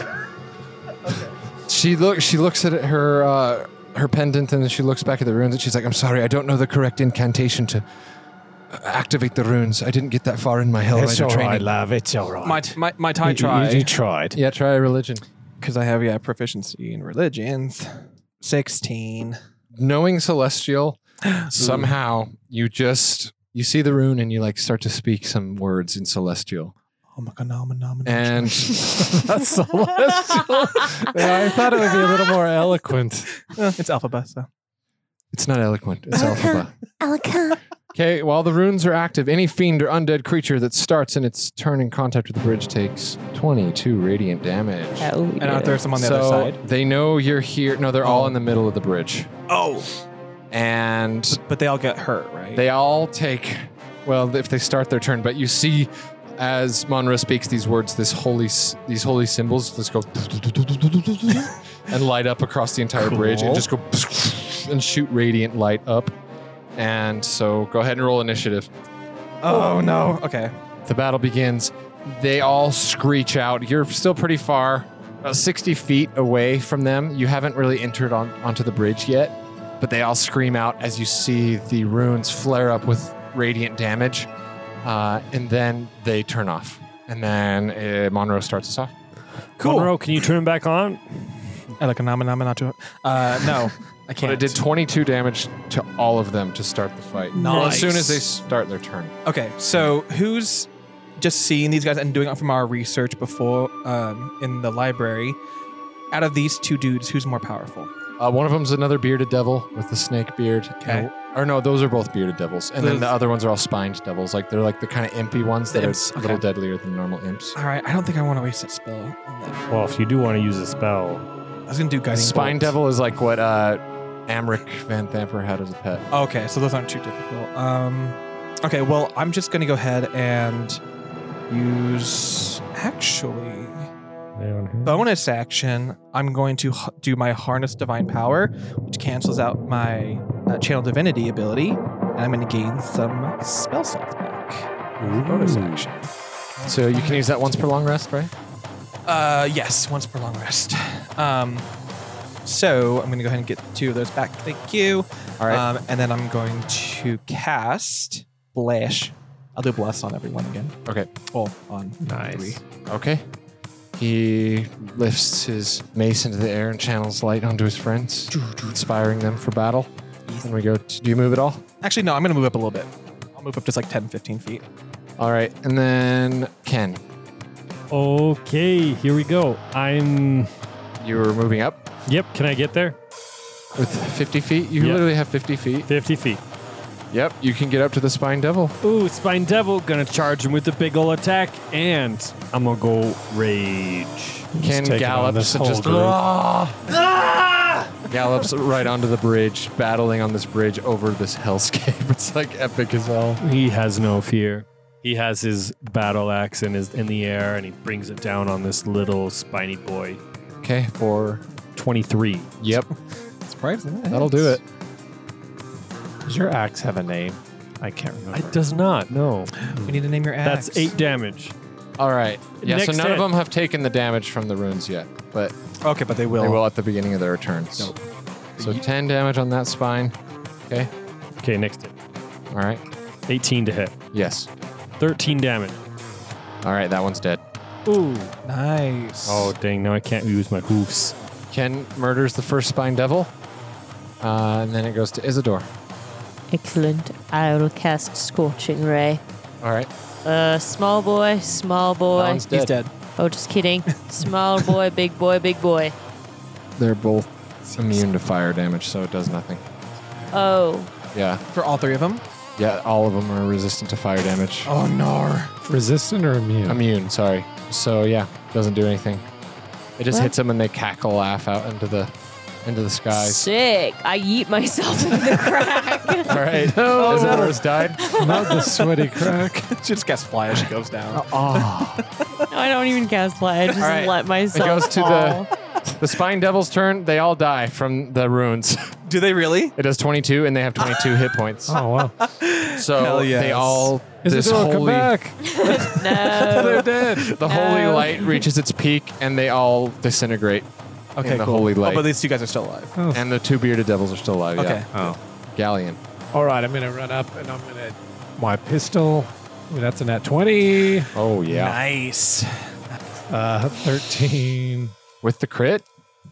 She looks. She looks at her uh, her pendant, and then she looks back at the runes, and she's like, "I'm sorry, I don't know the correct incantation to uh, activate the runes. I didn't get that far in my
It's
Hellrider
all right,
training."
love. It's all right.
My my my tie
You-
try.
You, you tried.
yeah, try a religion.
because I have yeah proficiency in religions. Sixteen.
Knowing celestial, somehow you just you see the rune, and you like start to speak some words in celestial,
Oh my god, nom, nom, nom.
and
That's celestial. yeah, I thought it would be a little more eloquent.
Uh, it's alphabet. So
it's not eloquent. It's alphabet. Okay, while the runes are active, any fiend or undead creature that starts in its turn in contact with the bridge takes 22 radiant damage.
Oh,
and out there's some on the
so
other side.
They know you're here. No, they're
Oh.
all in the middle of the bridge.
Oh,
And
but they all get hurt, right?
they all take, well, if they start their turn, but you see as Monroe speaks these words, this holy, s- these holy symbols just go and light up across the entire bridge and just go and shoot radiant light up. And so go ahead and roll initiative.
oh, no. Okay.
The battle begins. They all screech out. You're still pretty far, about 60 feet away from them. You haven't really entered on, onto the bridge yet, but they all scream out as you see the runes flare up with radiant damage. Uh, and then they turn off. And then uh, Monroe starts us off.
Cool.
Monroe, can you turn him back on?
I like a nom, nom, not to. Uh, no, I
But
can't.
it did 22 damage to all of them to start the fight.
Nice.
As soon as they start their turn.
Okay, so who's just seeing these guys and doing it from our research before um, in the library? Out of these two dudes, who's more powerful?
Uh, one of them's another bearded devil with the snake beard.
Okay.
And- or no, those are both bearded devils. And then
Those-
the other ones are all spined devils. Like they're like the kind of impy ones
The
that
imps,
are a little
okay.
deadlier than normal imps.
All right, I don't think I want to waste that spell. On them.
Well, if you do want to use a spell,
I was gonna do guiding
Spine
bolt.
devil is like what uh, Amric Van Thamper had as a pet.
Okay, so those aren't too difficult. Um, okay, well, I'm just gonna go ahead and use actually bonus action. I'm going to h- do my harness divine power, which cancels out my uh, channel divinity ability, and I'm gonna gain some spell slots back.
Bonus action. So you can use that once per long rest, right?
Uh, yes, once per long rest. Um, so I'm gonna go ahead and get two of those back. Thank you.
All right.
Um, and then I'm going to cast Blash. I'll do Bless on everyone again.
okay.
Oh, on
Nice.
three.
Okay. He lifts his mace into the air and channels light onto his friends, inspiring them for battle. And we go, to, do you move at all?
Actually, no, I'm going to move up a little bit. I'll move up just like 10, 15 feet.
All right. And then Ken,
Okay, here we go. I'm.
you were moving up.
Yep, can I get there?
With 50 feet? You
Yeah.
literally have 50 feet.
50 feet.
Yep, you can get up to the Spine Devil.
Ooh, Spine Devil gonna charge him with the big ol' attack, and I'm gonna go rage.
Ken
taking on
gallops
this
and
whole
just
group.
Ah! gallops right onto the bridge, battling on this bridge over this hellscape. It's like epic as hell.
He has no fear. He has his battle axe and is in the air, and he brings it down on this little spiny boy.
Okay, four.
23.
Yep,
Surprising.
that'll do it.
Does your axe have a name? I can't remember.
It does not. No.
We need to name your axe.
That's eight damage.
All right. Yeah, so
Next
none of
hit.
them have taken the damage from the runes yet, but
Okay, but they will.
they will at the beginning of their turns. So 10 damage on that spine. Okay,
Okay, next hit.
all right.
18 to hit.
Yes.
13 damage.
All right, that one's dead.
Ooh.
Nice.
Oh, dang. Now I can't use my hoofs.
Ken murders the first Spine Devil, uh, and then it goes to Isidore.
Excellent. I'll cast Scorching Ray.
All right.
Uh, small boy, small
That
boy.
one's
he's dead.
Oh, just kidding. small boy, big boy, big boy.
They're both It's immune to fire damage, so it does nothing.
Oh,
Yeah.
For all three of them?
Yeah, all of them are resistant to fire damage.
Oh, no.
Resistant or immune?
Immune, sorry. So yeah, doesn't do anything. It just
Well-
hits them and they cackle laugh out into the into the skies.
sick. I yeet myself into the
All
crack.
right.
No.
Is it horse died?
Not the sweaty crack.
she just gets fly as she goes down.
no, I don't even cast fly. I just
All right.
let myself.
goes to the-
fall.
The Spine Devil's turn. They all die from the runes.
Do they really? Oh,
It does 22, and they have 22 hit points.
Oh wow!
So
Hell yes.
they all. this
Isidore,
holy,
come back.
no.
dead. The holy
No.
light reaches its peak, and they all disintegrate.
Okay,
in the
cool.
holy
Oh,
light.
but at least you guys are still alive.
and the two bearded devils are still alive.
Okay.
Yeah. Uh, Galleon.
All right, I'm gonna run up and I'm gonna my pistol. Ooh, that's an at twenty.
Oh yeah.
Nice.
Uh, thirteen.
With the crit.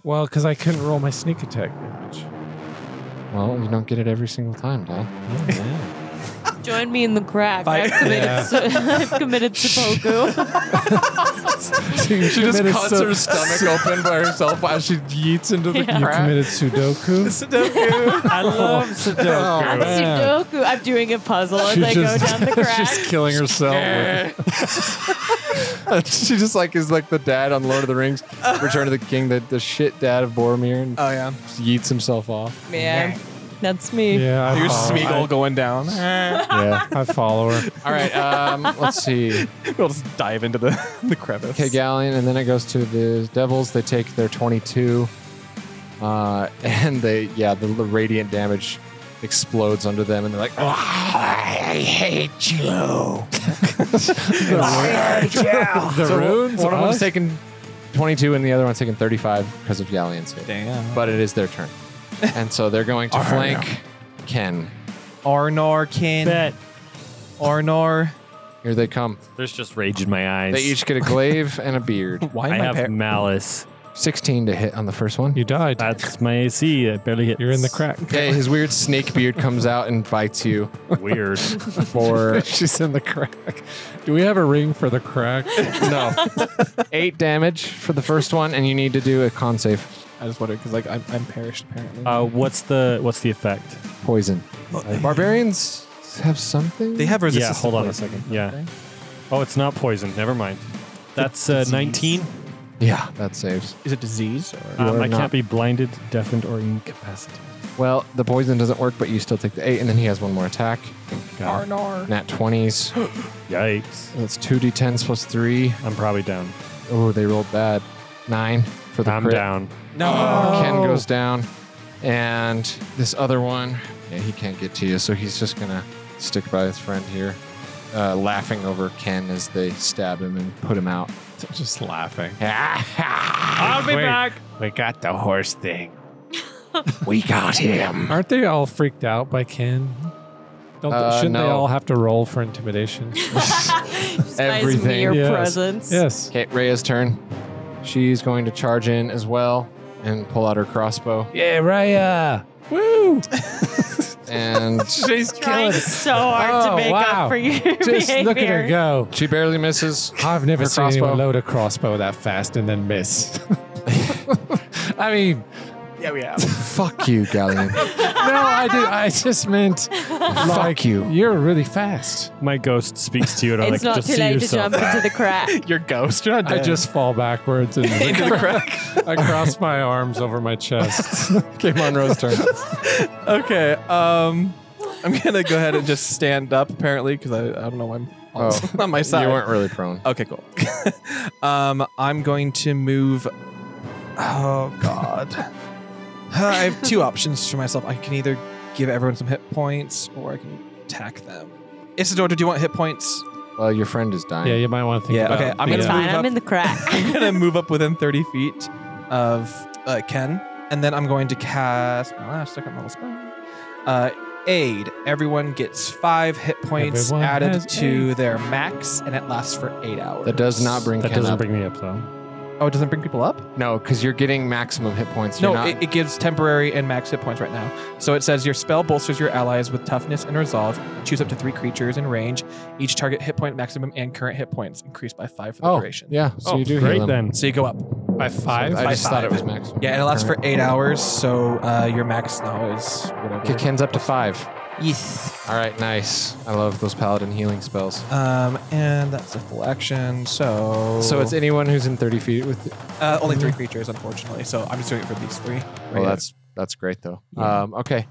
Well, because I couldn't roll my sneak attack damage.
Well, you don't get it every single time, Dad.
Join me in the crack.
Bye.
I've committed,
Yeah.
su- I've committed seppuku.
she
stomach open by herself while she yeets into the
You committed Sudoku. Oh,
Sudoku.
I love Sudoku.
Sudoku. I'm doing a puzzle as
She's
I
just-
go down the
She's
crack.
killing herself.
she just like is like the dad on Lord of the Rings, Return of the King, the, the shit dad of Boromir, and
Oh, yeah.
just yeets himself off.
Man, that's me.
yeah, I
Here's
follow,
Smeagol going down.
Yeah.
I follow her.
All right. Um, let's see.
we'll just dive into the, the crevice.
Okay, Galleon, and then it goes to the Devils. They take their 22, uh, and they yeah, the, the radiant damage explodes under them, and they're like, "Ah, I hate you.
The
So
runes.
One of them's
us?
taking 22, and the other one's taking 35 because of Galleon's hit.
Damn.
But it is their turn, and so they're going to flank Ken.
Arnor Kin.
Bet.
Arnor.
Here they come.
There's just rage in my eyes.
They each get a glaive and a beard.
Why
I
am I
have
par-
malice.
16 to hit on the first one.
You died.
That's my AC. It barely hits.
You're in the crack.
Okay, his weird snake beard comes out and bites you
Weird.
for
She's in the crack. Do we have a ring for the crack?
No. Eight damage for the first one, and you need to do a con save.
I just wondered because like I'm, I'm perished apparently.
uh, what's the what's the effect?
Poison. Barbarians have something?
they have
yeah,
resistance.
hold
to
on a
poison.
second. Yeah. Oh, it's not poison. Never mind. That's uh, 19.
Yeah, that saves.
Is it disease or?
Um,
are
I
not-
can't be blinded, deafened, or incapacitated.
Well, the poison doesn't work, but you still take the eight, and then he has one more attack.
God.
Nat 20s.
Yikes.
That's 2d10s plus 3.
I'm probably down.
Oh, they rolled bad. Nine for the
I'm
crit.
down.
No.
Ken goes down, and this other one, yeah, he can't get to you, so he's just gonna stick by his friend here, uh, laughing over Ken as they stab him and put him out.
Just laughing.
I'll be back.
We got the horse thing.
We got him.
Aren't they all freaked out by Ken? Don't
Uh,
they, shouldn't they
no.
all have to roll for intimidation?
Just by his
Everything.
mere
Yes.
presence.
yes.
Okay, Rhea's turn. She's going to charge in as well and pull out her crossbow.
Yeah, Raya. Woo!
And
She's
Trying so hard
Oh,
to make
wow.
up for your
Just
behavior.
look at her go.
she barely misses.
I've never
Her
seen anyone
crossbow.
load a crossbow that fast and then miss. I mean,
Yeah, we have.
Fuck you, Galleon.
no, I did. I just meant like
you.
You're really fast.
My ghost speaks to you, and I'm
It's
like,
not
just
too
see
late to
yourself.
jump into the crack.
Your ghost. You're not
I
dead.
just fall backwards and
into the crack.
I cross my arms over my chest.
okay, Monroe's turn.
okay. Um, I'm gonna go ahead and just stand up apparently because I, I don't know why I'm on,
Oh,
on my side.
You weren't really prone.
Okay, cool. um, I'm going to move. Oh God, I have two options for myself. I can either give everyone some hit points, or I can attack them. Isidore, do you want hit points?
Well, your friend is dying.
yeah, you might want to think.
Yeah,
about
okay, I'm gonna
It's
the, uh,
fine.
move up.
I'm in the crack.
I'm gonna move up within 30 feet of uh, Ken, and then I'm going to cast my last second level spell. Uh, aid. Everyone gets five hit points
Everyone
added
has
to their max, and it lasts for eight hours.
That does not bring
That
Ken
doesn't
up.
bring me up, though.
Oh, it doesn't bring people up?
No, because you're getting maximum hit points. You're
No,
not,
it, it gives temporary and max hit points right now. So it says your spell bolsters your allies with toughness and resolve. Choose up to three creatures in range. Each target hit point maximum and current hit points increased by five for the
oh,
duration.
yeah. So
oh,
you do heal
great
them.
then.
So you go up.
By five?
I
by
just thought it
five.
was maximum.
Yeah, it lasts for eight hours. So uh, your max now is whatever.
Okay, Ken's up to five.
Yes.
All right, nice. I love those paladin healing spells.
Um, and that's a full action. So
So it's anyone who's in 30 feet with.
uh, only three creatures, unfortunately. So I'm just doing it for these three.
Well, that's that's great though. Um, okay.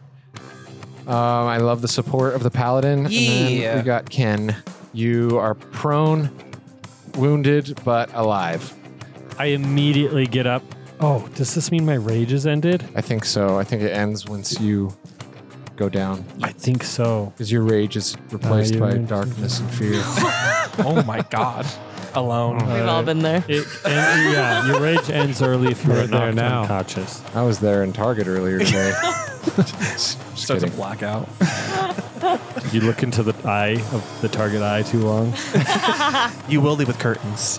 Um, I love the support of the paladin. And then
Yeah.
we got Ken. You are prone, wounded, but alive.
I immediately get up. Oh, does this mean my rage is ended?
I think so. I think it ends once you go down
I think so.
because Uh, your rage is replaced
yeah.
by darkness and fear.
oh my god. Alone.
We've all been there.
It, and, yeah, your rage ends early if you're
Right there
knocked
now.
unconscious.
I was there in Target earlier today. Just
so it's a
kidding.
blackout.
You look into the eye of the target eye too long.
You will leave with curtains.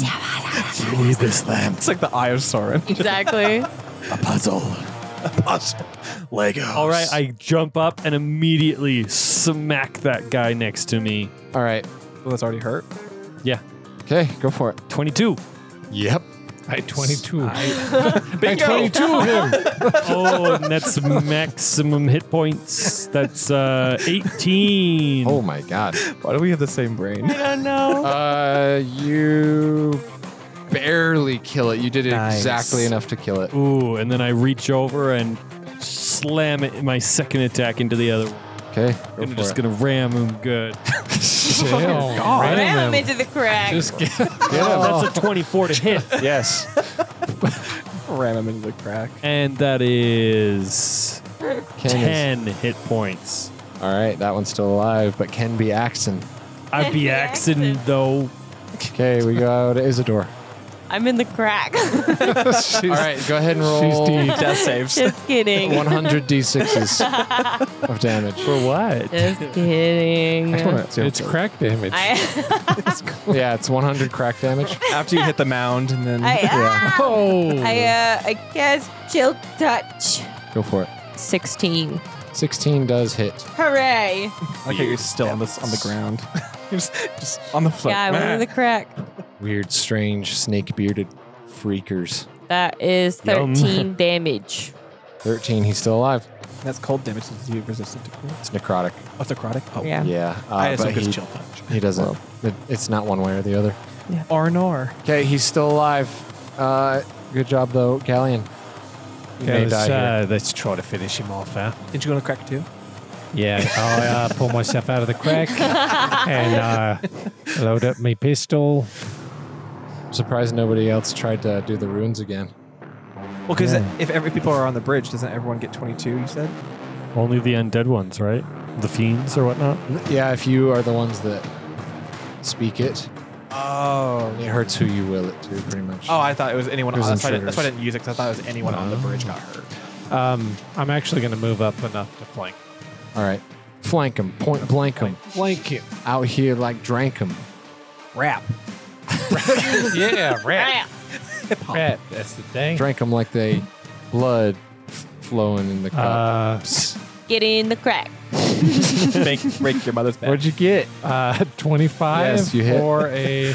You need this lamp.
it's like the Eye of Sauron.
Exactly.
Us. Legos.
All right, I jump up and immediately smack that guy next to me.
All right.
Well, that's already hurt.
Yeah,
Okay, go for it.
22.
Yep.
By 22.
Bingo.
22 of him.
Oh, and that's maximum hit points. That's uh, 18.
Oh my god.
Why do we have the same brain?
Uh, you barely kill it. You did
Nice.
exactly enough to kill it.
Ooh, and then I reach over and slam it my second attack into the other.
Okay, go
I'm
for
just
it.
gonna ram him good.
Oh,
Damn.
Ram
Right.
him into the crack.
Get him.
Oh.
That's a 24 to hit,
yes.
Ram him into the crack.
and that is
Ken is-
10 hit points.
all right, that one's still alive, but can be axing.
I'd be
Jackson.
axing though.
Okay, we go to Isidore.
I'm in the crack.
all right, go ahead and roll
Death saves.
Just kidding.
100 d6s of damage.
For what?
Just kidding.
It's crack damage.
I,
Yeah, it's 100 crack damage.
After you hit the mound and then
I, ah,
Oh,
I, uh, I guess chill touch.
go for it.
16.
16 does hit.
Hooray.
okay, you're still on this on the ground. You're just, just on the floor.
yeah, I went in the crack.
Weird, strange, snake bearded freakers.
That is
Yum.
13 damage.
13, he's still alive.
That's cold damage. Is he resistant to cold?
It's necrotic.
Oh, necrotic. Oh,
Yeah.
Yeah. Uh,
I
but
assume it's
he-
chill punch.
He doesn't. it, it's not one way or the other.
Arnor.
Okay, he's still alive. Uh, good job though, Galleon. You
Okay,
may
let's,
die here.
uh, let's try to finish him off, huh?
Did you go in the crack too?
Yeah, I uh, pull myself out of the crack and uh, load up my pistol.
I'm surprised nobody else tried to do the runes again.
Well, because
Yeah.
if every people are on the bridge, doesn't everyone get 22? You said.
Only the undead ones, right? The fiends or whatnot.
Yeah, if you are the ones that speak it,
Oh.
it hurts who you will it to, pretty much.
Oh, I thought it was anyone.
It was
on, that's, why I didn't-
intruders.
that's why I didn't use it because I thought it was anyone on the bridge got hurt.
Um, I'm actually going to move up enough to flank.
All right, flank him, point blank him,
Flank him.
out here like drank him.
Rap.
yeah, rat.
Ah,
rat. That's the thing.
Drank him like they blood f- flowing in the cup.
Uh,
Get in the crack.
Break, break your mother's back.
you get?
uh, 25
Yes, you hit.
or a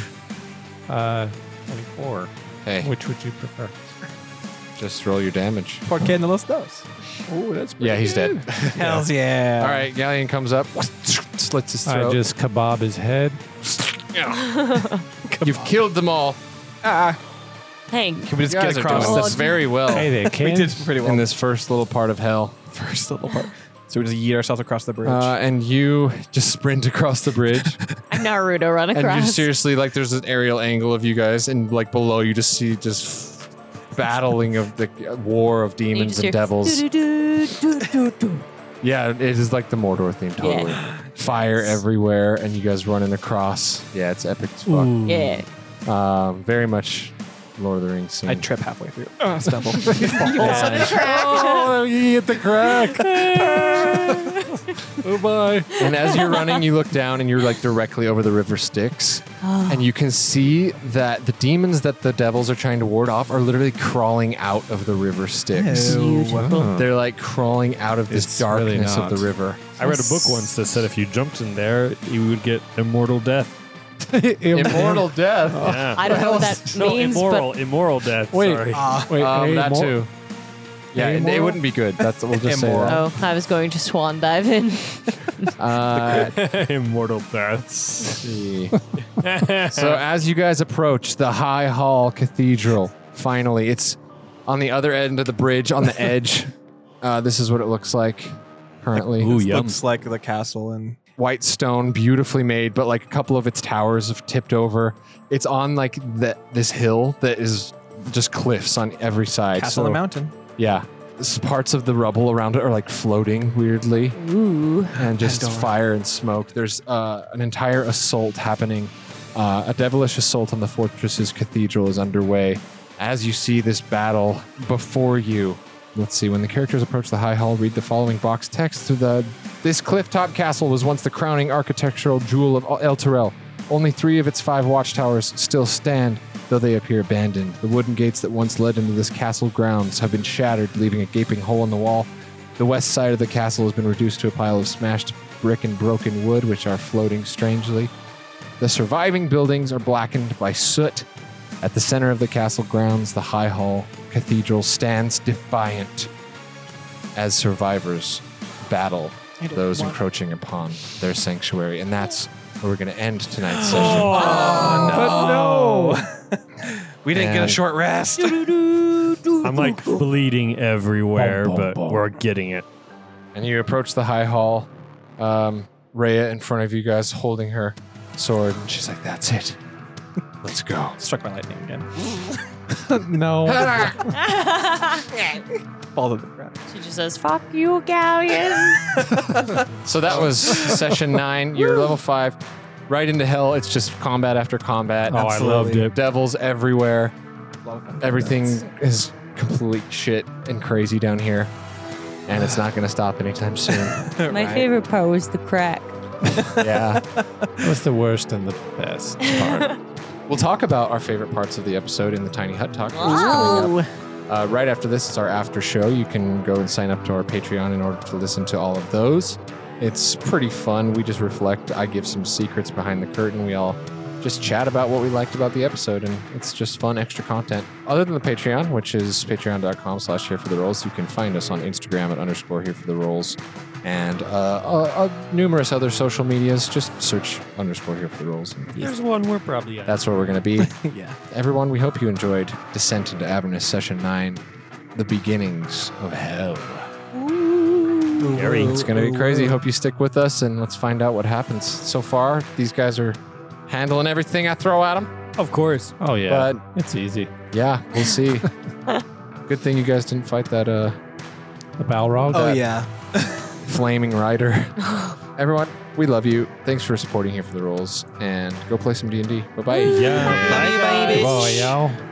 uh, 24.
Hey,
Which would you prefer?
just roll your damage.
Por que no los dos? Oh, that's
Yeah, he's dead.
Hells yeah.
All right, Galleon comes up, slits his throat.
I just kebab his head.
You've killed them all.
Hank.
Can we just
You guys
get
are
across
doing
this?
this
this very well.
Hey there,
We
Ken.
did pretty well.
in this first little part of hell.
first little part. So we just yeet ourselves across the bridge.
Uh, and you just sprint across the bridge,
I'm Naruto run
and you
across.
seriously like there's an aerial angle of you guys, and like below you just see just battling of the war of
You
demons
just
and
hear
devils.
doo-doo-doo-doo-doo-doo.
Yeah, it is like the Mordor theme totally. Fire everywhere, and you guys running across. Yeah, it's epic as fuck.
Yeah.
Um, very much Lord of the Rings scene.
I trip halfway through. Uh, stumble.
oh, you hit the crack. oh bye. And as you're running, you look down and you're like directly over the river Styx. And you can see that the demons that the devils are trying to ward off are literally crawling out of the river Styx. They're like crawling out of this
It's really
darkness
not.
of the river.
I read a book once that said if you jumped in there, you would get immortal death.
Immortal death.
Yeah.
I don't know what that
no,
means,
immoral, immoral death.
Wait, Ah.
sorry.
wait,
Um,
hey,
that
more-
too. Yeah, and it
Amoral?
wouldn't be good. That's we'll just say that.
Oh, I was going to swan dive in.
Uh,
immortal deaths.
see. so as you guys approach the High Hall Cathedral, finally, it's on the other end of the bridge, on the edge. Uh, this is what it looks like currently.
Ooh,
It
yum.
Looks like the castle and
White stone, beautifully made, but like a couple of its towers have tipped over. It's on like the, this hill that is just cliffs on every side.
castle
so,
and mountain.
Yeah. S- Parts of the rubble around it are like floating weirdly
Ooh.
and just fire and smoke. There's uh, an entire assault happening. Uh, a devilish assault on the fortress's cathedral is underway. As you see this battle before you, let's see. When the characters approach the high hall, read the following box text to the. This clifftop castle was once the crowning architectural jewel of El Terrell. Only three of its five watchtowers still stand, though they appear abandoned. The wooden gates that once led into this castle grounds have been shattered, leaving a gaping hole in the wall. The west side of the castle has been reduced to a pile of smashed brick and broken wood, which are floating strangely. The surviving buildings are blackened by soot. At the center of the castle grounds, the High Hall Cathedral stands defiant as survivors battle those encroaching upon their sanctuary. And that's where we're going to end tonight's session. Oh,
We didn't get a
And-
short rest.
I'm like bleeding everywhere, but we're getting it.
and you approach the high hall. Um, Rhea in front of you guys holding her sword, and she's like, "That's it, let's go."
Struck by lightning again.
No.
Fall to the ground.
she just says, fuck you, Galleon.
So that was session nine. You're level five, right into hell. It's just combat after combat.
Oh, I loved it.
Devils everywhere.
A lot of fun.
Everything is complete shit and crazy down here, and it's not going to stop anytime soon.
My favorite part was the crack.
yeah.
What's the worst and the best part?
We'll talk about our favorite parts of the episode in the Tiny Hut Talk. which is coming up. Uh, right after this is our after show. You can go and sign up to our Patreon in order to listen to all of those. It's pretty fun. We just reflect. I give some secrets behind the curtain. We all just chat about what we liked about the episode, and it's just fun extra content. Other than the Patreon, which is patreon.com slash here for the rolls, you can find us on Instagram at underscore here for the rolls and uh, uh, uh, numerous other social medias. Just search underscore here for the rolls. and
There's one we're probably at.
That's where we're going to be.
yeah.
Everyone, we hope you enjoyed Descent into Avernus Session 9, The Beginnings of Hell.
Gary.
It's going to be crazy. Hope you stick with us and let's find out what happens. So far, these guys are handling everything I throw at them.
Of course.
Oh yeah,
But-
it's easy.
Yeah, we'll see. Good thing you guys didn't fight that uh,
The Balrog.
Oh yeah.
flaming rider. Everyone, we love you. Thanks for supporting here for the rolls and go play some D&D. Bye-bye.
Yeah.
Goodbye, y'all.